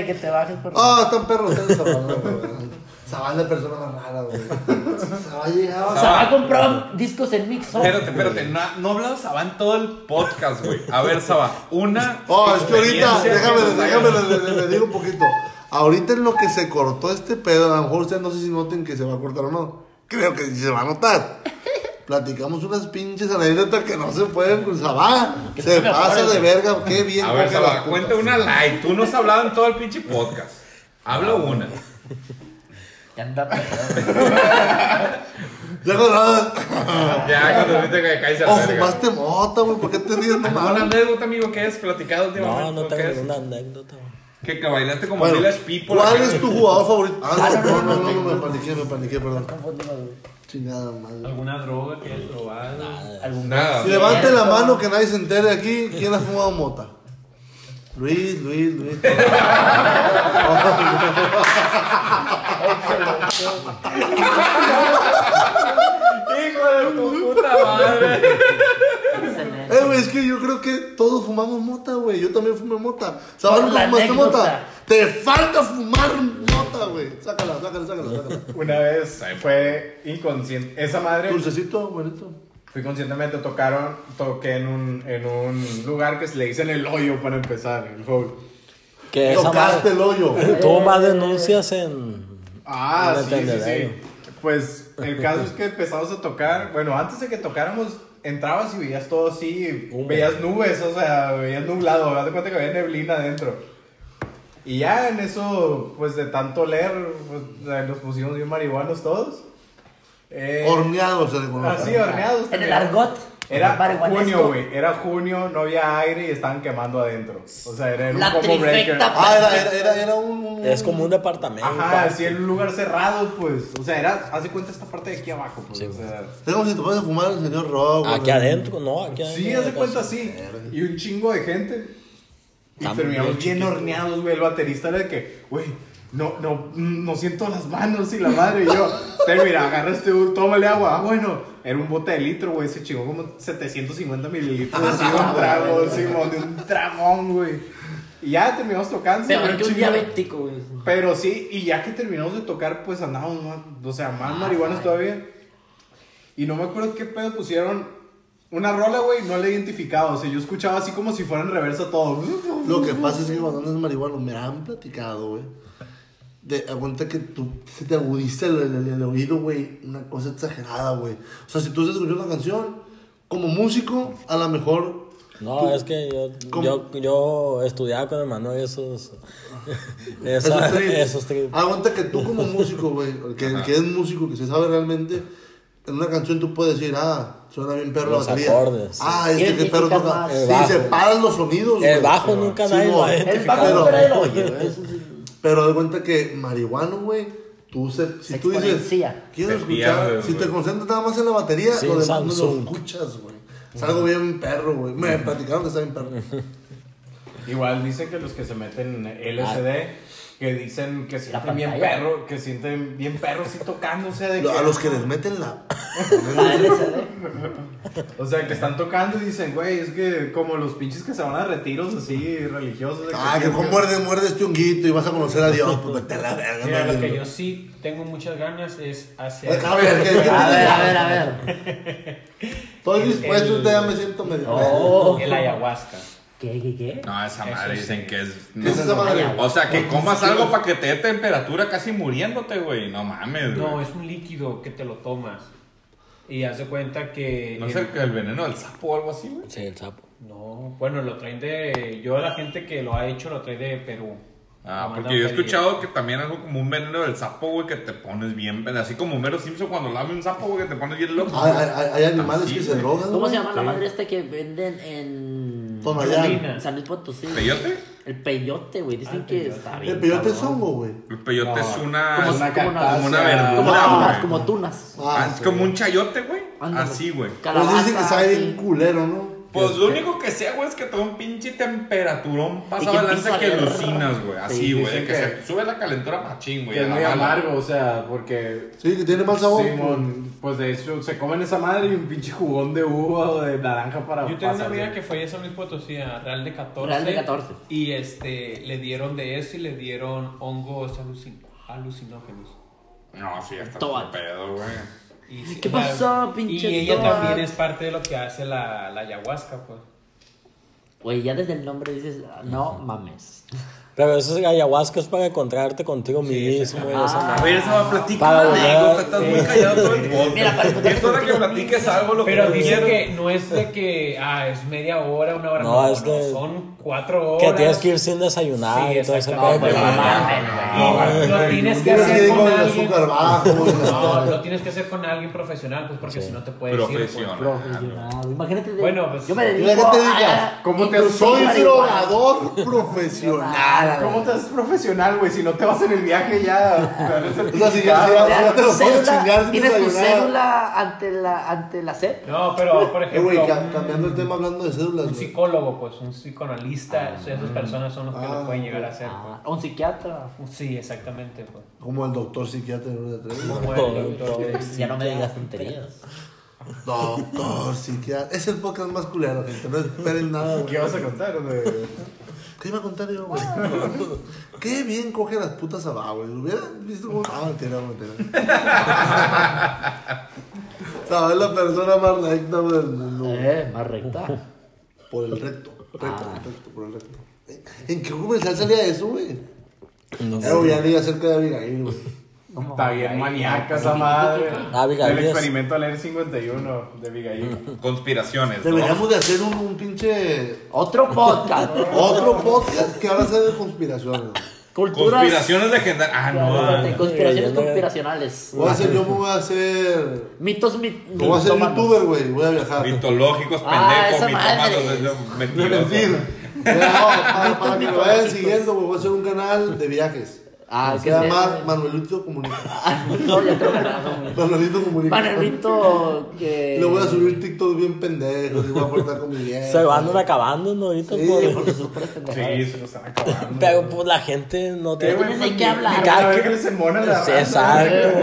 A: (laughs)
C: ¡Eh! Que te bajes por.
A: Ah, están perros, están en Sabana, güey. Sabana es la persona más rara, güey. Sabana
C: O
A: llegaba.
C: sea,
D: Ah.
C: va a comprar discos en Mixon.
D: Espérate, espérate, no, no hablado Sabá en todo el podcast, güey. A ver, Sabá, una.
A: Oh, es que ahorita,
D: experiencia
A: déjame,
D: que nos hayas-
A: déjame, le, le- le digo un poquito. Ahorita en lo que se cortó este pedo, a lo mejor ustedes no sé si noten que se va a cortar o no. Creo que sí se va a notar. Platicamos unas pinches anécdotas que no se pueden cruzar. Va,
C: Que
A: se
C: son mejores,
A: pasa de
C: güey.
A: verga, qué bien.
D: A ver,
A: coge las
D: Sabá,
A: putas.
D: cuenta una light. Tú no has hablado en todo el pinche podcast.
B: Ah,
D: Habla una.
C: Ya anda pedo.
A: Ya no, nada.
D: Ya, cuando viste que caes a la
A: O
D: verga.
A: fumaste mota, güey, ¿por qué te ríes, no
D: Una
A: mames?
D: anécdota, amigo, que has platicado últimamente.
B: No, no
D: ¿Qué
B: tengo
D: es?
B: ninguna anécdota. güey.
D: Que, que bailaste como
A: Bueno,
D: Village People.
A: ¿Cuál
D: acá.
A: es tu jugador favorito? Ah, no, no, no, no, no, me paniqué, me paniqué, perdón. Chingada madre.
E: ¿Alguna droga que hayas probado?
C: Algún
D: Nada.
A: Si levante la mano que nadie se entere aquí, ¿quién ha fumado mota? Luis, Luis, Luis.
D: Hijo de tu puta madre.
C: excelente.
A: Eh, güey, es que yo creo que todos fumamos mota, güey. Yo también fumé mota. ¿Sabes nunca
C: La
A: fumaste
C: anécdota.
A: mota? Te falta fumar mota, güey. Sácala, sácala, sácala, sácala.
J: Una vez fue inconsciente. Esa madre.
A: Dulcecito, bonito.
J: Fui conscientemente, tocaron, toqué en un, en un lugar que se le dicen el hoyo para empezar, el hole.
B: Que esa
A: Tocaste
B: madre.
A: el hoyo.
B: Tuvo más denuncias en.
J: Ah,
B: Un
J: sí, sí,
B: tendedero.
J: sí. Pues el caso es que empezamos a tocar, bueno, antes de que tocáramos, entrabas y veías todo así,
B: Humo.
J: veías nubes, o sea, veías nublado, haz de cuenta que había neblina adentro. Y ya en eso, pues de tanto leer, pues, nos pusimos bien marihuanos todos. Eh,
A: Horneado se le conoce.
J: así, horneados.
C: En el
J: también.
C: argot.
J: Era
C: Marihuanesco.
J: junio, güey. Era junio, no había aire y estaban quemando adentro. O sea, era en un
C: La
J: combo breaker.
C: trifecta.
A: Ah, era, era, era, era un. un-
B: Es como un departamento.
J: Ajá, así en un lugar cerrado, pues. O sea, era, hace cuenta esta parte de aquí abajo, pues. o sea,
A: Es como si te fueras a fumar el señor Rob. güey.
B: Aquí adentro, no, aquí adentro.
J: sí, hace cuenta así. Y un chingo de gente. Y
B: También
J: terminamos bien
B: chiquito.
J: horneados, güey. El baterista era de que, güey, no, no, no siento las manos y la madre. Y yo, te mira, agarra este, tómale agua. Ah, bueno, era un bote de litro, güey. Se chingó como 750 mililitros. (laughs) Así, de un trago, Simón, de un tragón, güey. Y ya terminamos tocando.
C: Peor
J: un
C: que un
J: chingo-
C: diabético, güey.
J: pero sí, y ya que terminamos de tocar, pues andábamos más, o sea,
A: Ah,
J: más marihuanos todavía. Y no me acuerdo qué pedo pusieron. Una rola, güey, no la he identificado. O sea, yo escuchaba así como si fuera en reversa todo.
A: Lo que pasa es que cuando andas marihuano, me han platicado, güey. De aguanta que tú se te agudiza el, el- el oído, güey. Una cosa exagerada, güey. O sea, si tú estás escuchando una canción, como músico, a lo mejor.
B: No, es que yo,
A: ¿Cómo?
B: yo, yo estudiaba con el Manuel esos. (laughs)
A: Esos
B: esa- (laughs)
A: trips.
B: esos trips.
A: Aguanta que tú, como músico, güey, el que, el que es músico, que se sabe realmente, en una canción tú puedes decir, ah, suena bien perro la
B: Los
A: batería.
B: acordes.
A: Ah, este que perro
C: Identificas
A: toca.
C: más.
A: Sí,
B: El bajo.
A: separan los sonidos, güey.
B: El bajo nunca
A: Sí,
B: nadie lo
A: mo.
B: ha
C: El
B: identificado.
C: bajo
A: Pero-
C: era el hoyo, güey. Eso sí.
A: Pero de cuenta que marihuano, güey, tú se, si tú dices,
C: Exponencia.
A: quiero
D: Te
A: escuchar,
D: pierdes,
A: si te
D: güey.
A: concentras nada más en la batería,
B: Sí,
A: lo demás no lo
B: Samsung.
A: escuchas, güey. Es algo bien perro, güey. Me platicaron que está bien perro.
J: Igual dicen que los que se meten LSD,
A: Ah.
J: que dicen que sienten bien
C: pantalla.
J: perro, que sienten bien perro así tocándose. De
A: A los que les meten
C: (laughs)
A: la.
J: O sea, que están tocando y dicen, güey, es que como los pinches que se van a retiros así religiosos. de
A: Ah, que con muerde, muerde este honguito y vas a conocer a Dios. Pues vete a la verga.
E: Mira,
A: no,
E: lo que
A: no.
E: yo sí tengo muchas ganas es hacer.
A: A ver, ¿qué- qué-
C: A ver, a ver, a
D: (laughs)
C: ver.
A: Estoy dispuesto, usted ya me siento medio.
C: Oh.
E: El ayahuasca.
C: ¿Qué, qué, qué?
D: No, esa madre dicen que es.
A: ¿Qué es esa madre?
D: O sea, que comas algo para que te dé temperatura casi muriéndote, güey. No mames, güey.
E: No,
D: No,
E: es un líquido que te lo tomas. Y haz de cuenta que.
D: es el, el veneno del sapo o algo así, güey.
B: Sí, el sapo.
E: No, bueno, lo traen de. Yo, la gente que lo ha hecho, lo trae de Perú.
D: Ah,
E: Lo mandan
D: porque yo he
E: a pedir.
D: escuchado que también algo como un veneno del sapo, güey, que te pones bien. Así como Homero Simpson cuando lame un sapo, güey, que te pones bien loco.
A: Hay, hay- hay animales
D: Así,
A: que se
D: güey.
A: drogan.
C: ¿Cómo
A: güey.
C: se llama la madre esta que venden en
A: Tonayán.
C: San Luis Potosí?
D: ¿Peyote?
C: El peyote, güey. Dicen que está bien.
A: El peyote es
C: cabrón.
A: hongo, güey.
D: El peyote es Ah, una.
C: Como,
D: es
C: como una,
D: como una
C: como
D: verdura,
C: tunas,
D: güey.
C: como tunas.
A: Ah,
D: Ah, es como un chayote, güey.
C: Ándale.
D: Así, güey.
A: Pues
C: Calabaza.
A: dicen que sabe
C: sí.
A: bien culero, ¿no?
D: Pues lo único que sé, güey, es que te da un pinche temperaturón pasado
C: Y que
D: de
C: empieza
D: lanza
C: a
D: que
C: leer.
D: alucinas, güey. Así,
J: Sí,
D: güey.
J: dicen
D: que, se
J: que-
D: te sube la calentura machín, güey. a
J: Que es
D: la
J: muy
D: mala.
J: amargo, o sea, porque.
A: Sí, que tiene más sabor.
J: Simón, pues de hecho, se comen esa madre y un pinche jugón de uva o de naranja para.
F: Yo tengo una
J: pasarse.
F: amiga que fue a San Luis Potosí, a Real de 14.
C: Real de 14.
F: Y este, le dieron de eso y le dieron hongos alucin- alucinógenos.
D: No, sí, está
C: Toa.
D: todo pedo, güey.
F: Y sí,
C: ¿Qué
F: la-
C: pasó, pinche
F: Y ella
C: Doc?
F: también es parte de lo que hace la, la ayahuasca, pues.
C: Güey, ya desde el nombre dices, ah, no mames.
B: Pero eso es ayahuasca es para encontrarte contigo mismo. y esa
C: Ah.
D: A ver, esa va a platicar
B: Para
D: una anécdota.
B: hablar,
D: Estás muy callado todo el podcast.
C: Mira, para escuchar
D: Es hora que
C: estos
D: platiques algo lo
E: Pero
D: que
E: dice
D: quieras.
E: que no es de que. Ah, es media hora, una hora.
B: No,
E: No,
B: es de-
E: no, son cuatro horas.
B: Que tienes que ir sin desayunar
E: Sí,
B: y todo ese
E: exacto.
B: pedo.
E: No, pues,
B: pero-
D: No,
B: Ah,
D: güey.
E: Lo tienes
A: Tienes
E: que
A: que
E: hacer
A: ir con
E: con
A: el
E: alguien.
A: azúcar
E: (laughs)
A: bajo. güey.
E: No, lo tienes que hacer con alguien profesional, pues porque si no te puedes ir. pues.
D: Profesional.
C: Ah, Imagínate. de-
E: Bueno, pues,
C: Yo me
A: Y
C: dedico
A: la gente
C: a-
A: diga,
J: ¿cómo te
C: inducir
A: Soy
C: marihuana.
A: drogador profesional.
J: ¿Cómo te haces profesional, güey? Si no te vas en el viaje ya. te (laughs) dan el
A: O sea, si
J: certificado.
A: ya- si ya-
C: Ya,
A: ya te
C: tu
A: lo puedes
C: cédula-
A: chingar sin
C: ¿Tienes tu
A: desayunar.
C: cédula ante la, ante la sed?
E: No, pero por
A: Eh, güey,
E: ejemplo.
A: ca-
E: un-
A: cambiando el tema, hablando de cédulas.
E: Un
A: güey.
E: psicólogo, pues, un psicoanalista, o sea, esas personas son los que
A: Ah,
E: lo pueden llegar a hacer.
C: Ah, un psiquiatra.
E: pues. Sí, exactamente. Pues.
A: Como el doctor psiquiatra. ¿no? De tres.
E: Como el doctor de-
C: pues, Ya no me digas tonterías.
A: Doctor psiquiatra. Es el podcast más culero, gente. No esperen nada, güey.
J: ¿Qué vas a contar? güey?
A: ¿Qué iba a contar yo, güey? Qué bien coge las putas abajo, güey. Hubiera visto cómo. Ah, mentira, mentira. No, es la persona más recta, güey, del mundo. güey.
C: Eh, más recta. (laughs)
A: Por el recto. Recto,
C: Ah.
A: recto, por el recto. ¿En qué comercial salía eso, güey?
B: No
A: Eh, güey, ya leí acerca de Abigail, güey.
C: ¿Cómo?
J: Está bien maníaca esa madre.
B: Ah, Abigail es-
J: El experimento leer 51 de Abigail.
D: Conspiraciones. ¿no?
A: Deberíamos de hacer un, un pinche...
C: Otro podcast.
A: Otro podcast que ahora sea de conspiraciones.
C: Culturas.
D: Conspiraciones legendarias. Ah, no.
C: Espérate,
D: no.
B: Sí,
C: Conspiraciones
B: ya no-
C: conspiracionales.
A: Voy a hacer, yo me voy a hacer...
C: Mitos, mit-
A: Me voy a hacer
C: mitómanos.
A: youtuber, güey. Voy a viajar.
D: Mitológicos,
C: Ah,
D: pendejos,
C: esa
D: mitomanos,
C: madre.
D: es
A: No,
D: mentiroso.
B: (laughs)
A: para, para que lo vayan siguiendo, güey, voy a hacer un canal de viajes.
C: Ah,
A: se
C: que
A: llama
C: sea- Ah,
A: Mar- Manuelito
C: (laughs)
A: Comunica.
C: No, ya tengo ganado, güey.
A: Manuelito Comunica.
C: Manuelito que.
A: Le voy a subir TikTok bien pendejo, le voy a cortar con mi vieja.
B: (laughs) Se van acabando, ¿no? Ahorita.
A: Sí,
B: por-
A: porque
C: Sus puras pendejadas.
J: Sí, se lo están acabando.
B: Pero pues la gente no
J: Eh,
B: tiene.
C: Tienen
J: güey,
C: de
J: pues,
C: qué
J: ni-
C: hablar.
J: ni cada vez que les embona la
B: Sí,
J: banda.
B: exacto,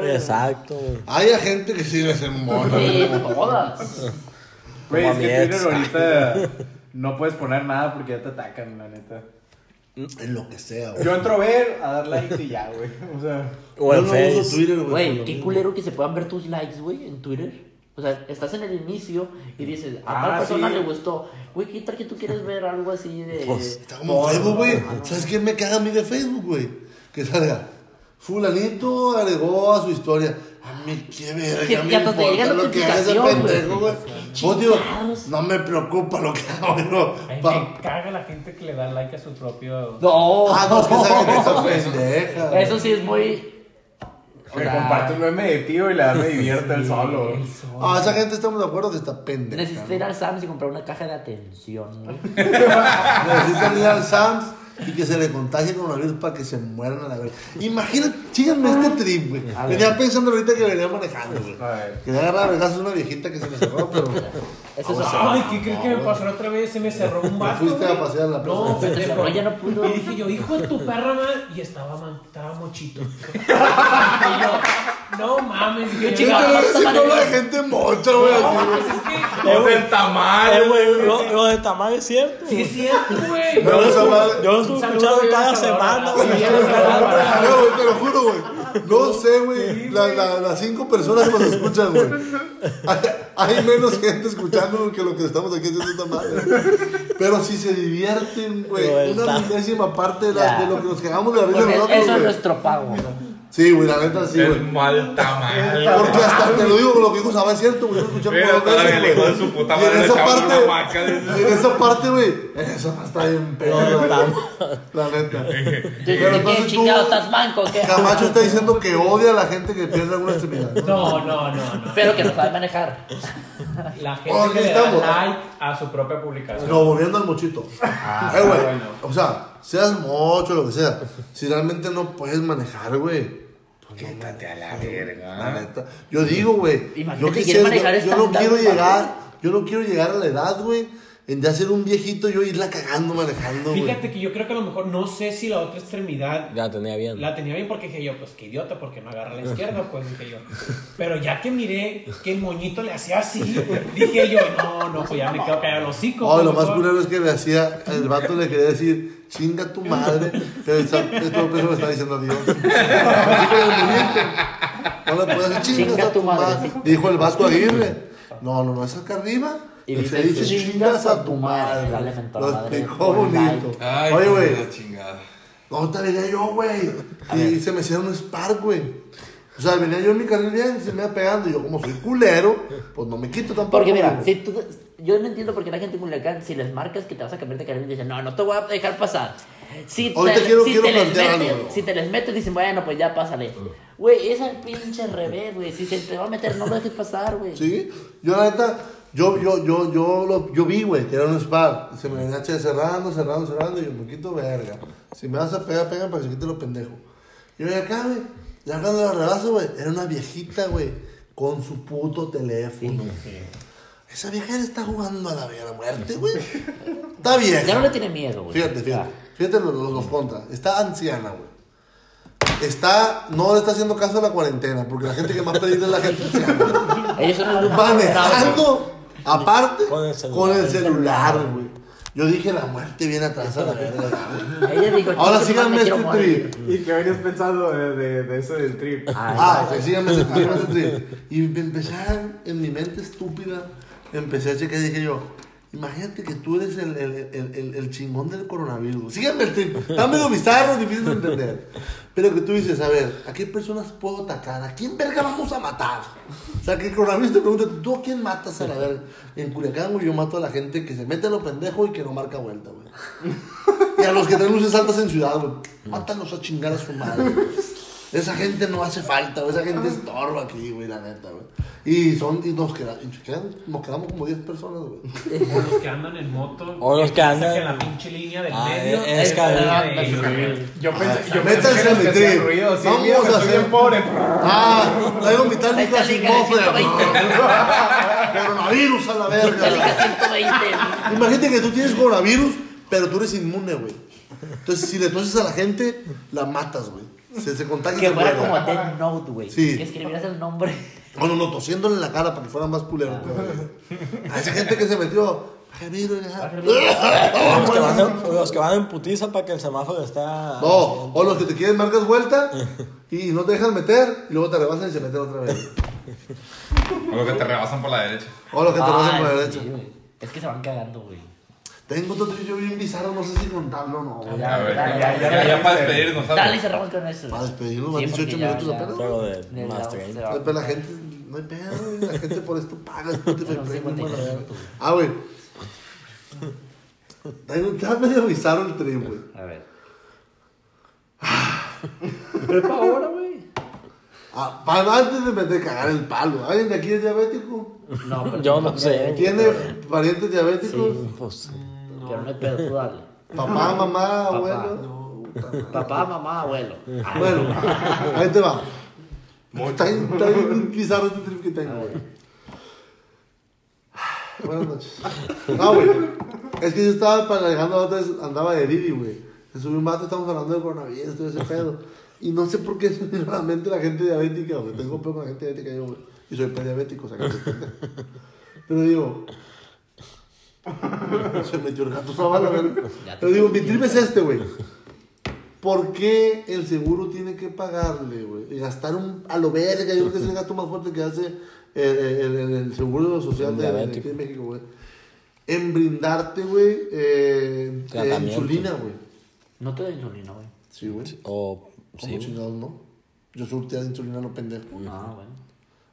B: güey. Exacto, güey.
A: Hay a gente que sí les embona.
C: Sí,
A: güey.
C: todas.
J: Güey,
B: Como
J: es
B: a
J: que
B: mi
J: Twitter
B: ex.
J: ahorita no puedes poner nada porque ya te atacan, la neta.
A: En lo que sea, güey.
J: Yo entro a ver, a dar like y ya, güey. O sea,
B: O
A: Yo
B: en
A: no uso
B: Facebook.
A: Twitter, güey. por
C: Güey,
A: lo
C: qué
A: mismo.
C: culero que se puedan ver tus likes, güey, en Twitter. O sea, estás en el inicio y dices, a
J: Ah,
C: tal persona
J: sí.
C: le gustó. Güey, ¿qué tal que tú quieres ver algo así
A: (laughs)
C: de.
A: Pues, Está como Facebook, güey. ¿Sabes qué me caga a mí de Facebook, güey? Que salga. Fulanito agregó a su historia. A mí qué
C: Que
A: verga, me
C: ya te
A: importa
C: llega
A: lo que haga ese
C: notificación, güey.
A: pendejo, güey. Vos digo, no me preocupa lo que hago, no.
E: Ay,
A: Pa-
E: me caga la gente que le da like a su propio.
C: No,
A: Ah, no, es que saben
C: (laughs)
A: esa pendeja.
C: Eso sí es muy. o
J: me
C: sea,
J: comparto un meme de tío y la me divierte el solo.
E: El sol.
A: Ah, esa gente estamos de acuerdo que está pendeja.
C: Necesitas ir al Sam's y comprar una caja de
A: (laughs)
C: atención, güey.
A: Necesitan ir al Sams y que se le contagie coronavirus para que se mueran a la verga. Imagínate, chíganme este trip, güey. Venía pensando ahorita que venía manejando, güey.
J: A ver.
A: (laughs) Quería agarrar a vergazos a una viejita que se me cerró, pero
C: Eso es
A: (laughs)
E: Ay, ¿qué crees que me pasó la otra vez? Se me cerró un vato.
A: fuiste a
E: güey.
A: pasear la plaza.
E: No,
C: Se
A: (laughs)
C: cerró,
E: pendejo.
C: ya no pudo.
E: Y dije yo, hijo de tu perra, madre. Y estaba, man, estaba mochito. (laughs) Y yo, no mames. Qué
A: Yo te
E: chingada.
A: voy a decir no la gente mocha, güey. así, güey.
E: Pues es que,
D: Los del tamal,
B: Eh, güey, lo, lo de Tamar es cierto.
E: sí es cierto, güey.
A: No, esa madre-
B: Yo lo estuve
E: Un saludo,
B: escuchando
E: güey,
B: cada
E: a Salvador.
B: semana,
E: (laughs)
B: güey.
E: Sí, a Salvador.
A: No, güey, te lo juro, güey. No sé, güey. la- la- las cinco personas que nos escuchan, güey. Hay, hay menos gente escuchando que lo que estamos aquí haciendo esta madre. Pero si se divierten, güey.
B: Pero
A: Una
B: está-
A: milésima parte de, la-
C: Ya.
A: de lo que nos quedamos de la risa
C: Porque
A: nosotros,
C: eso es
A: güey.
C: nuestro pago.
A: Sí, güey, la neta sí,
D: el
A: güey.
D: mal tamal.
A: Porque hasta te lo digo, lo que dijo Sabá es cierto, güey. Yo lo escuché
D: Mira,
A: por dos
D: todavía
A: veces,
D: el hijo
A: güey.
D: de su puta
A: Y en
D: madre le
A: esa
D: echaba una
A: parte-
D: maca de-
A: En esa parte, güey. Eso está bien
B: Lo
A: peor,
B: de Tamar.
A: la
D: (laughs)
A: neta.
C: Yo
A: Pero
C: dije, ¿qué
A: entonces tú-
C: chingado estás manco? ¿Qué?
A: Camacho está diciendo que odia a la gente que pierde alguna extremidad. ¿no?
E: No, no, no, no.
C: (laughs) Pero que no sabe manejar.
E: La
A: Oh,
E: gente que le da
A: estamos.
E: like a su propia publicación.
A: No, volviendo al mochito.
C: Ah,
A: eh, güey. O sea, seas mocho, lo que sea. Si realmente no puedes manejar, güey.
D: Quítate a la
A: La
D: verga.
A: neta. Yo digo, güey.
C: Imagínate
A: Yo
C: que
A: quisiera,
C: quieres manejar
A: yo- yo no
C: esta-
A: quiero
C: esta-
A: llegar. Yo no quiero llegar a la edad, güey. En ya ser un viejito, yo irla cagando manejando, güey.
E: Fíjate que yo creo que a lo mejor, no sé si la otra extremidad
B: Ya la tenía bien.
E: La tenía bien porque dije yo, pues qué idiota, porque no agarra la izquierda, pues dije yo. Pero ya que miré que el moñito le hacía así, dije yo, no, no, pues ya me quedo callado el hocico.
A: No,
E: pues,
A: lo más
E: mejor.
A: culero es que le hacía, el vato le quería decir, chinga tu madre, pero el sa- esto eso le está diciendo a Dios. (laughs) Así que le dije, No le puedes decir, chingas
C: Chinga
A: a tu
C: tu madre".
A: madre. Dijo el Vasco Aguirre. No, no, no, es acá arriba.
C: Y
A: Y se
C: dice,
A: dice, chingas a tu madre.
C: Ya le mentó la
A: Lo
C: madre.
A: explicó
C: Por like.
A: bonito.
D: Ay,
A: Oye,
D: hijo de
A: güey,
D: la chingada.
A: no te venía yo, güey. Y se me hicieron un spark, güey. O sea, venía yo en mi carril bien y se me iba pegando. Y yo, como soy culero, pues no me quito tampoco.
C: Porque mira,
A: güey.
C: si tú, yo no entiendo por qué la gente en Culiacán, si les marcas que te vas a cambiar de carril, dicen, no, no te voy a dejar pasar. Si
A: Ahorita quiero-
C: si
A: quiero
C: te les
A: plantear
C: metes,
A: algo. Ah.
C: si te les metes, dicen, bueno, pues ya pásale. Güey, es al pinche revés, güey. Si se te va a meter, no lo dejes pasar, güey.
A: Sí, yo la neta, yo, yo, yo, yo, lo, yo vi, güey, que era un spa. Se me venía che, cerrando, cerrando, cerrando. Y yo, me quito verga. Si me vas a pegar, pega para que se quite lo pendejo. Y yo, acá, güey, ya cuando la rebaso, güey, era una viejita, güey, con su puto teléfono. Esa vieja le está jugando a la vida a la muerte, güey. Está vieja.
C: Ya no le tiene miedo, güey.
A: Fíjate, fíjate. Fíjate los, los, los contras. Está anciana, güey. Está, no le está haciendo caso a la cuarentena, porque la gente que más peligra es la gente anciana.
C: Ellos son los
A: Manejando, aparte,
B: Con el celular.
A: con el celular, güey. Yo dije, la muerte viene atrás a la verga, güey.
C: Ella dijo,
A: Ahora
C: "Chinga, me
A: síganme
C: quiero
A: este
C: morir".
A: trip.
J: ¿Y qué venías pensando de, de, de eso del trip?
A: Ah, sí, síganme este síganme este trip. Y me empezaron, en mi mente estúpida, empecé a checar y dije yo, imagínate que tú eres el, el, el, el, el chingón del coronavirus. Síganme el trip. Está medio bizarro, difícil de entender. Pero que tú dices, a ver, ¿a qué personas puedo atacar? ¿A quién verga vamos a matar? O sea, que el coronavirus te pregunta, ¿tú a quién matas a la verga? En Culiacán, güey, yo mato a la gente que se mete a lo pendejo y que no marca vuelta, güey. Y a los que traen luces altas en ciudad, güey.
C: Mm.
A: Mátalos a chingar a su madre. güey. Esa gente no hace falta, güey. Esa gente estorba aquí, güey, la neta, güey. Y son, y nos queda- y nos quedan, nos quedamos como 10 personas, güey.
E: O los que andan en moto.
B: O los que
E: piensan
B: andan-
E: en la pinche línea del
B: Ah,
E: medio.
B: es- es que-
E: la de-
A: ah,
J: Yo pensé, yo pensé
A: Métanse
J: que
A: al
J: los que
A: trip.
J: hacían ruido, sí,
A: Vamos
J: mira,
A: a
J: me estoy
A: hacer- (laughs)
J: bien pobre.
A: Ah, traigo mi tálica sin
C: Metálica de
A: mofle.
C: 120.
A: Coronavirus a la verga.
C: Metálica 120.
A: Imagínate que tú tienes coronavirus, pero tú eres inmune, güey. Entonces, si le toses a la gente, la matas, güey. Se, se contagia y
C: Que
A: se
C: fuera
A: muere.
C: como Dead Note, güey.
A: Sí.
C: Que escribieras el nombre.
A: No, no, no, tosiéndole en la cara para que fuera más culero.
C: Ah.
A: todavía. A esa gente que se metió. "Ay, mira,
C: Ah,
B: O los, que
A: ya".
B: van en, o los que van en putiza para que el semáforo
A: (laughs)
B: está.
A: No, o los que te quieren marcas vuelta y no te dejan meter y luego te rebasan y se meten otra vez.
D: O lo que te rebasan por la derecha.
A: O los que te rebasan por la
C: Ay,
A: derecha.
C: Ah, sí, güey. Es que se van cagando, güey.
A: Tengo otro trillo bien bizarro, no sé si contarlo o no.
C: Ah,
A: güey.
D: A ver,
C: Dale,
D: ya,
C: dale,
D: ya,
C: dale.
D: ya para despedirnos,
C: Dale y
D: ¿sabes?
C: cerramos con eso.
A: Para despedirnos, van 18 minutos apenas.
B: Pero de
C: Ya,
B: más
C: ya,
B: 30.
C: se va.
A: Pero la gente, no hay pedo, güey, la gente por esto paga Spotify
C: Bueno, sí, pues.
A: Premium,
C: bueno,
A: güey, la
C: sí.
A: verga. Ah, güey. Tengo- Está medio bizarro el trim, güey.
C: A ver.
A: Ah, para antes de meter cagar el palo. ¿Alguien de aquí es diabético?
C: No, pero
B: Yo no sé.
A: ¿Tiene parientes diabéticos?
B: Pues,
C: Pero no es pedo, tú dale.
A: Papá, mamá, abuelo.
C: Papá, mamá, abuelo.
A: Bueno, ahí te va. Está bien, está bien bizarro este trip que tengo, güey. Buenas noches. No, güey. Es que yo estaba manejando la otra vez, andaba de Didi, güey. Se subió un vato, estamos hablando de coronavirus, todo ese pedo. Y no sé por qué se me vino a la mente la gente diabética, güey. Tengo peor con la gente diabética yo, güey. Y soy prediabético, o sea, que me entiende. Pero digo. Se metió el gato sábado, güey. Pero digo, mi trip es este, güey. ¿Por qué el seguro tiene que pagarle, güey? Y gastar un, a lo verga, yo creo que es el gasto más fuerte que hace el, el- el- el seguro social de, de aquí de México, güey. En brindarte, güey, eh, eh,
B: Tratamiento.
A: insulina, güey.
C: No te da insulina, güey.
A: Sí, güey.
B: O.
A: ¿Cómo
B: Sí.
A: chingados no? Yo surtía de insulina, no pendejo.
C: Ah, bueno.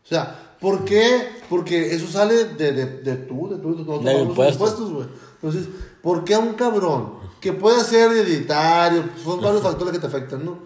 A: O sea, ¿por qué? Porque eso sale de, de, de tú, de tú, de nosotros pagamos
B: Del
A: los
B: impuesto.
A: impuestos, güey. Entonces, ¿por qué a un cabrón que puede ser hereditario? Son varios factores que te afectan, ¿no?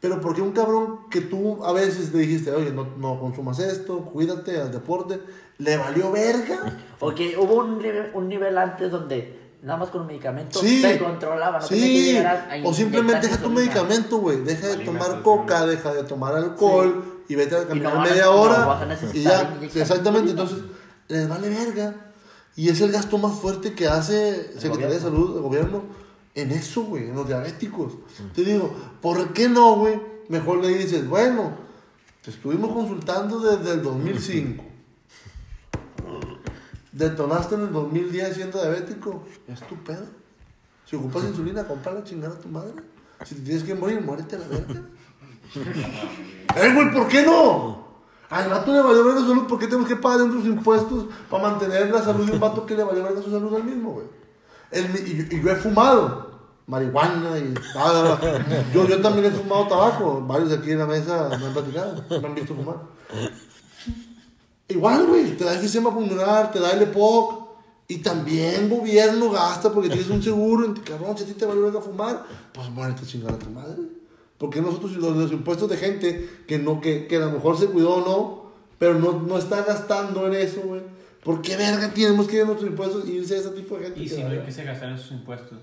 A: Pero ¿por qué un cabrón que tú a veces le dijiste, oye, no, no consumas esto, cuídate, al deporte, le valió verga?
C: Ok, hubo un nivel, un nivel antes donde nada más con medicamentos
A: Sí.
C: se controlaba, no tenía que
A: sí.
C: llegar a
A: O
C: inyectar
A: simplemente deja tu
C: insulina.
A: medicamento, güey. Deja de tomar
J: Alimentación.
A: coca, deja de tomar alcohol y vete a caminar
C: no van a-
A: media
C: no
A: hora.
C: vas a necesitar
A: y ya,
C: inyectar
A: exactamente.
C: insulina.
A: Entonces, les vale verga. Y es el gasto más fuerte que hace Secretaría de Salud, el gobierno, en eso, güey, en los diabéticos. Te digo, ¿por qué no, güey? Mejor le dices, bueno, te estuvimos consultando desde el 2005. Detonaste en el 2010 siendo diabético. Es tu pedo. Si ocupas insulina, comprala chingada a tu madre. Si te tienes que morir, muérete a la verga. ¡Eh, güey, ¿por qué no? Al vato le valió verga su salud, ¿por qué tenemos que pagar nuestros impuestos para mantener la salud de un vato que le valió verga su salud al mismo, güey? El mi- y, yo- y yo he fumado marihuana y nada. Yo, yo también he fumado tabaco. Varios de aquí en la mesa me han platicado, me han visto fumar. Igual, güey, te da efisema pulmonar, te da el E EPOC. Y también gobierno gasta porque tienes un seguro. y, Cabrón, si a ti te vale verga fumar, pues muérete a chingar a tu madre. Porque nosotros los, los impuestos de gente que, no, que, que a lo mejor se cuidó o no, pero no, no está gastando en eso, güey. ¿Por qué verga tenemos que ir a nuestros impuestos y irse a ese tipo de gente?
E: Y
A: que
E: si no
A: vale
E: hay
A: verga?
E: que se gastar esos impuestos.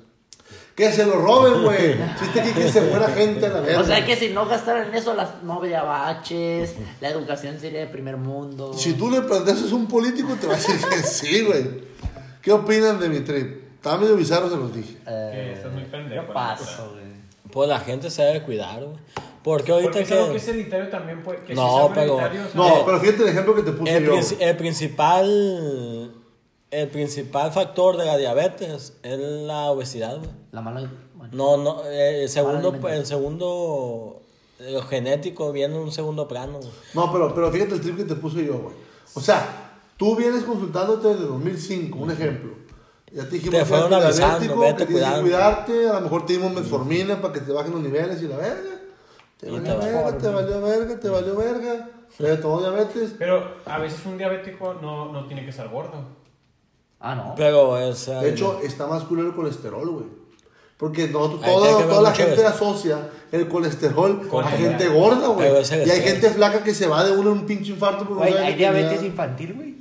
A: Que se lo roben, güey. Chiste que, que se muera gente a la verga.
C: O sea que si no gastaran en eso, las no habría baches, la educación sería de primer mundo.
A: Si tú le planteas a un político, te va a decir que sí, güey. ¿Qué opinan de mi trip? Estaba medio bizarro, se los dije.
C: Eh,
E: Que estás muy pendejo.
C: yo paso, güey.
B: Pues la gente se debe cuidar, güey. Porque ahorita
E: Porque es algo que
B: que.
E: es hereditario también, pues. Que
B: No,
E: si es algo
B: pero-
E: hereditario, o sea,
A: No, pero fíjate el ejemplo que te puse
B: Eh, el,
A: yo.
B: princi- el principal. El principal factor de la diabetes es la obesidad, güey.
C: La mala. Bueno.
B: No, no, eh, el segundo,
C: alimentación.
B: el segundo, eh, lo genético viene en un segundo plano. güey.
A: No, pero, pero fíjate el trip que te puse yo, güey. O sea, tú vienes consultándote desde 2005, un ejemplo. Ya te dijimos
B: Te
A: que eres
B: fueron avisando,
A: diabético,
B: vete
A: que tienes que
B: cuidando.
A: cuidarte. A lo mejor te dimos metformina para que te bajen los niveles y la verga. Te
B: Y
A: valió
B: te
A: verga, te valió verga, te valió verga. Te tomó diabetes.
E: Pero a veces un diabético no, no tiene que ser gordo.
C: Ah, no.
B: Pero es... eh,
A: De hecho, está más culero el colesterol, güey. Porque nosotros,
B: Ahí
A: toda,
B: tiene que ver
A: toda la
B: mucho
A: gente
B: eso.
A: asocia el colesterol
B: Con
A: a
B: la-
A: gente gorda, güey.
B: Pero es el
A: Y hay
B: estrés.
A: gente flaca que se va de uno en un pinche infarto por
C: Güey,
A: una
C: hay
A: diabetes
C: diabetes
A: pues, que tenía.
C: infantil, güey.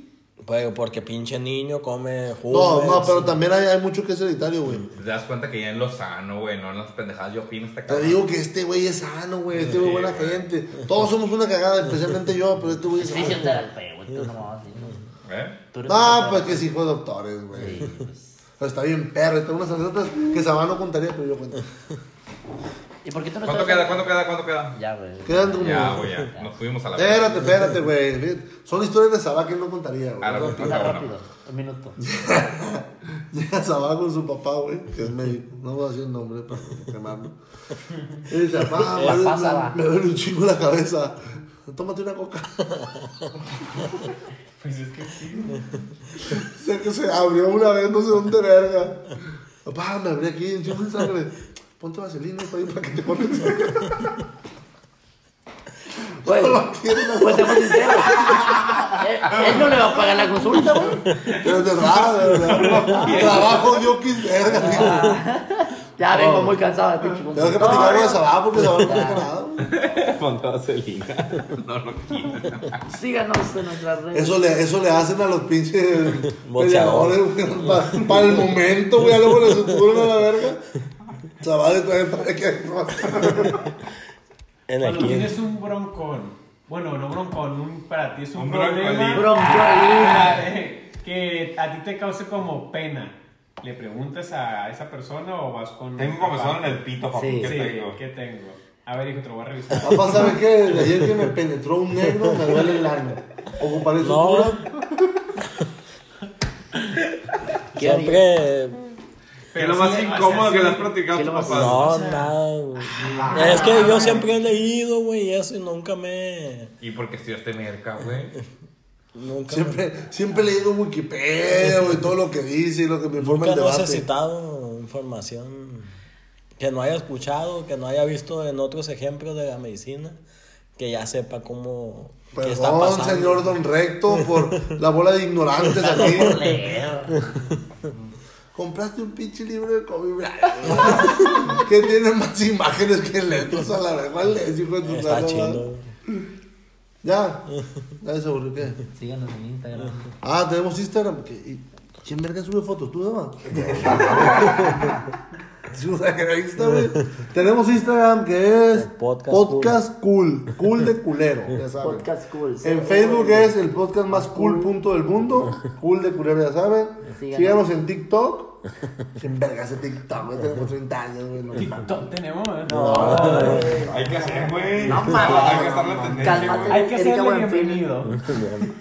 B: pero pues, porque pinche niño come jugo.
C: Oh,
A: No, no, pero también hay, hay mucho que es hereditario, güey.
D: Te das cuenta que ya en lo sano, güey, no en las pendejadas. Yo opino esta
A: Te digo que este güey es sano, güey. Este güey es buena gente. Todos somos una cagada, especialmente yo, pero este güey es
C: Sí,
A: sano.
C: sí, te da el peo, güey. Tú no mames, sí, no.
D: ¿Eh?
C: Tú eres
A: No,
C: un-
A: pues que es hijo de doctores, güey.
C: Sí, pues.
A: Pero está bien perro. Y tengo unas anécdotas que Sabán no contaría, pero yo cuento.
C: ¿Y por qué tú no
D: ¿Cuánto
C: estás-
D: queda? ¿Cuánto queda? ¿Cuánto queda?
C: Ya, güey.
A: Quedan como...
D: Ya, güey, ya. Nos fuimos a la
A: Espérate, espérate, güey. Son historias de Sabá que él no contaría, güey.
D: A la
A: Rápido.
C: Una
D: Ah, bueno.
C: rápido,
A: (laughs)
C: un minuto.
A: Llega Sabá con su papá, güey, que es médico. No voy a decir el nombre para no quemarlo. Y dice, papá, me,
C: La
A: duele-
C: pasa, va.
A: me duele un chingo la cabeza. Tómate una coca.
E: Pues es que sí.
A: Sé que se abrió una vez, no sé dónde verga. Papá, me abrí aquí, un chingo de sangre. Ponte vaselina para, para que te cortes.
C: Güey, pues seamos sinceros. él, él no le va a pagar la consulta, güey.
A: Pero es verdad, de verdad. Trabajo yo verga, tío.
C: Ya vengo muy cansado de pinche
A: Oh. Tengo que
C: consulta.
A: platicar con Sabá porque Sabá no cuenta nada, güey.
D: Ponte vaselina. (laughs) No lo quiero.
C: Síganos en nuestras redes.
A: Eso le, eso le hacen a los pinches
B: Boxeadores.
A: peleadores, güey, pa- para el momento, güey, luego le suturan a la verga. Chaval, de traer para que
B: En
E: Cuando
B: aquí.
E: tienes un broncón, bueno, no broncón, un, para ti es un,
D: Un
E: problema.
D: broncolín.
C: Broncolín.
E: Espérate. que a ti te cause como pena, ¿le preguntas a esa persona o vas con...
D: Tengo comezón en el pito, papi.
C: Sí.
D: ¿Qué
E: Sí,
D: tengo?
E: ¿qué tengo? A ver, hijo, te lo voy a revisar.
A: Papá, ¿sabe qué? Desde ayer que me penetró un negro, me duele el ano. Ocuparé su (laughs)
B: No.
A: cura.
C: ¿Qué haría?
B: Siempre.
D: es lo más
E: sí, o sea,
D: incómodo
E: sí.
D: que le has platicado a tu papá?
B: No, nada, güey. Es que yo siempre he leído, güey, eso y nunca me.
D: ¿Y por qué estudiaste merca, güey?
B: Nunca,
A: Siempre, siempre leyendo Wikipedia, güey, todo lo que dice y lo que me informa
B: nunca
A: el
B: he
A: debate.
B: necesitado información que no haya escuchado, que no haya visto en otros ejemplos de la medicina, que ya sepa cómo. qué está
A: Perdón,
B: pasando.
A: señor Don Recto, por la bola de ignorantes
B: (laughs)
A: aquí.
C: Por leer.
A: Compraste un pinche libro de Kobe Bryant. que tiene más imágenes que letras a la vez. ¿Cuál es, hijo de tu
B: Está
A: santa
B: chido.
A: madre? Ya. Ya se aburrió, ¿qué?
C: Síganos en Instagram.
A: Ah, tenemos Instagram. ¿Qué- y- ¿Quién verga sube fotos? ¿Tú, Dama? Sube a Instagram. Tenemos Instagram que es
B: El podcast
A: cool. cool. de culero. Ya saben.
C: Podcast cool.
A: En Facebook es el podcast más cool punto del mundo. Cool de culero, ya saben.
C: Síganos.
A: Síganos en TikTok. ¿Quién verga hace TikTok? güey? Tenemos 30 años, güey. no
E: (laughs)
A: mames.
E: TikTok tenemos, ¿eh?
D: Hay que hacer, güey.
C: No
D: Hay que estar
C: mames.
D: la tendencia,
C: Cálmate.
D: güey.
E: Hay que
C: Erika
E: hacerle
C: Buenfil.
E: bienvenido.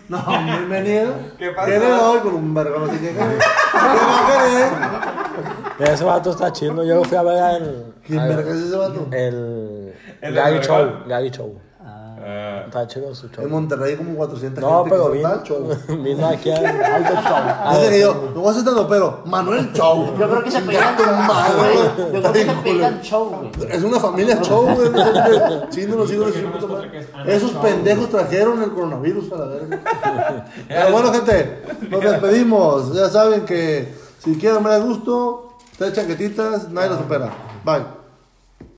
A: No, bienvenido.
D: ¿Qué pasa?
A: ¿Qué le doy con un vergón así que cae? ¿Qué eh? va a querer?
B: Ese vato está chido. Yo lo fui a ver al.
A: ¿Quién
B: al-
A: verga es ese vato?
B: El.
D: El
B: Gary
D: de
B: Show.
D: Vergara.
B: Gary Show.
D: Ah,
B: Está chido su
A: En
B: show.
A: Monterrey hay como 400
B: No,
A: gente
B: pero Ah,
A: que se
B: vino,
A: da el show.
B: (laughs) vino aquí
A: (laughs)
B: al Alto Show. A
A: Dice
B: ver,
A: que yo, no voy a hacer tanto, pero Manuel Show.
C: Yo creo que se
A: Chinga
C: pegan
A: tu madre,
C: güey. Yo
A: está
C: creo que
A: bien
C: se
A: culero.
C: pegan show, güey.
A: Es una familia show, güey. no sé
B: (laughs)
A: qué. Chino, los hijos de su puta madre. Esos pendejos trajeron el coronavirus a la
B: (laughs)
A: verga. Pero bueno, gente, nos despedimos. Ya saben que si quieren ver a gusto, tres chaquetitas, nadie los supera. Bye.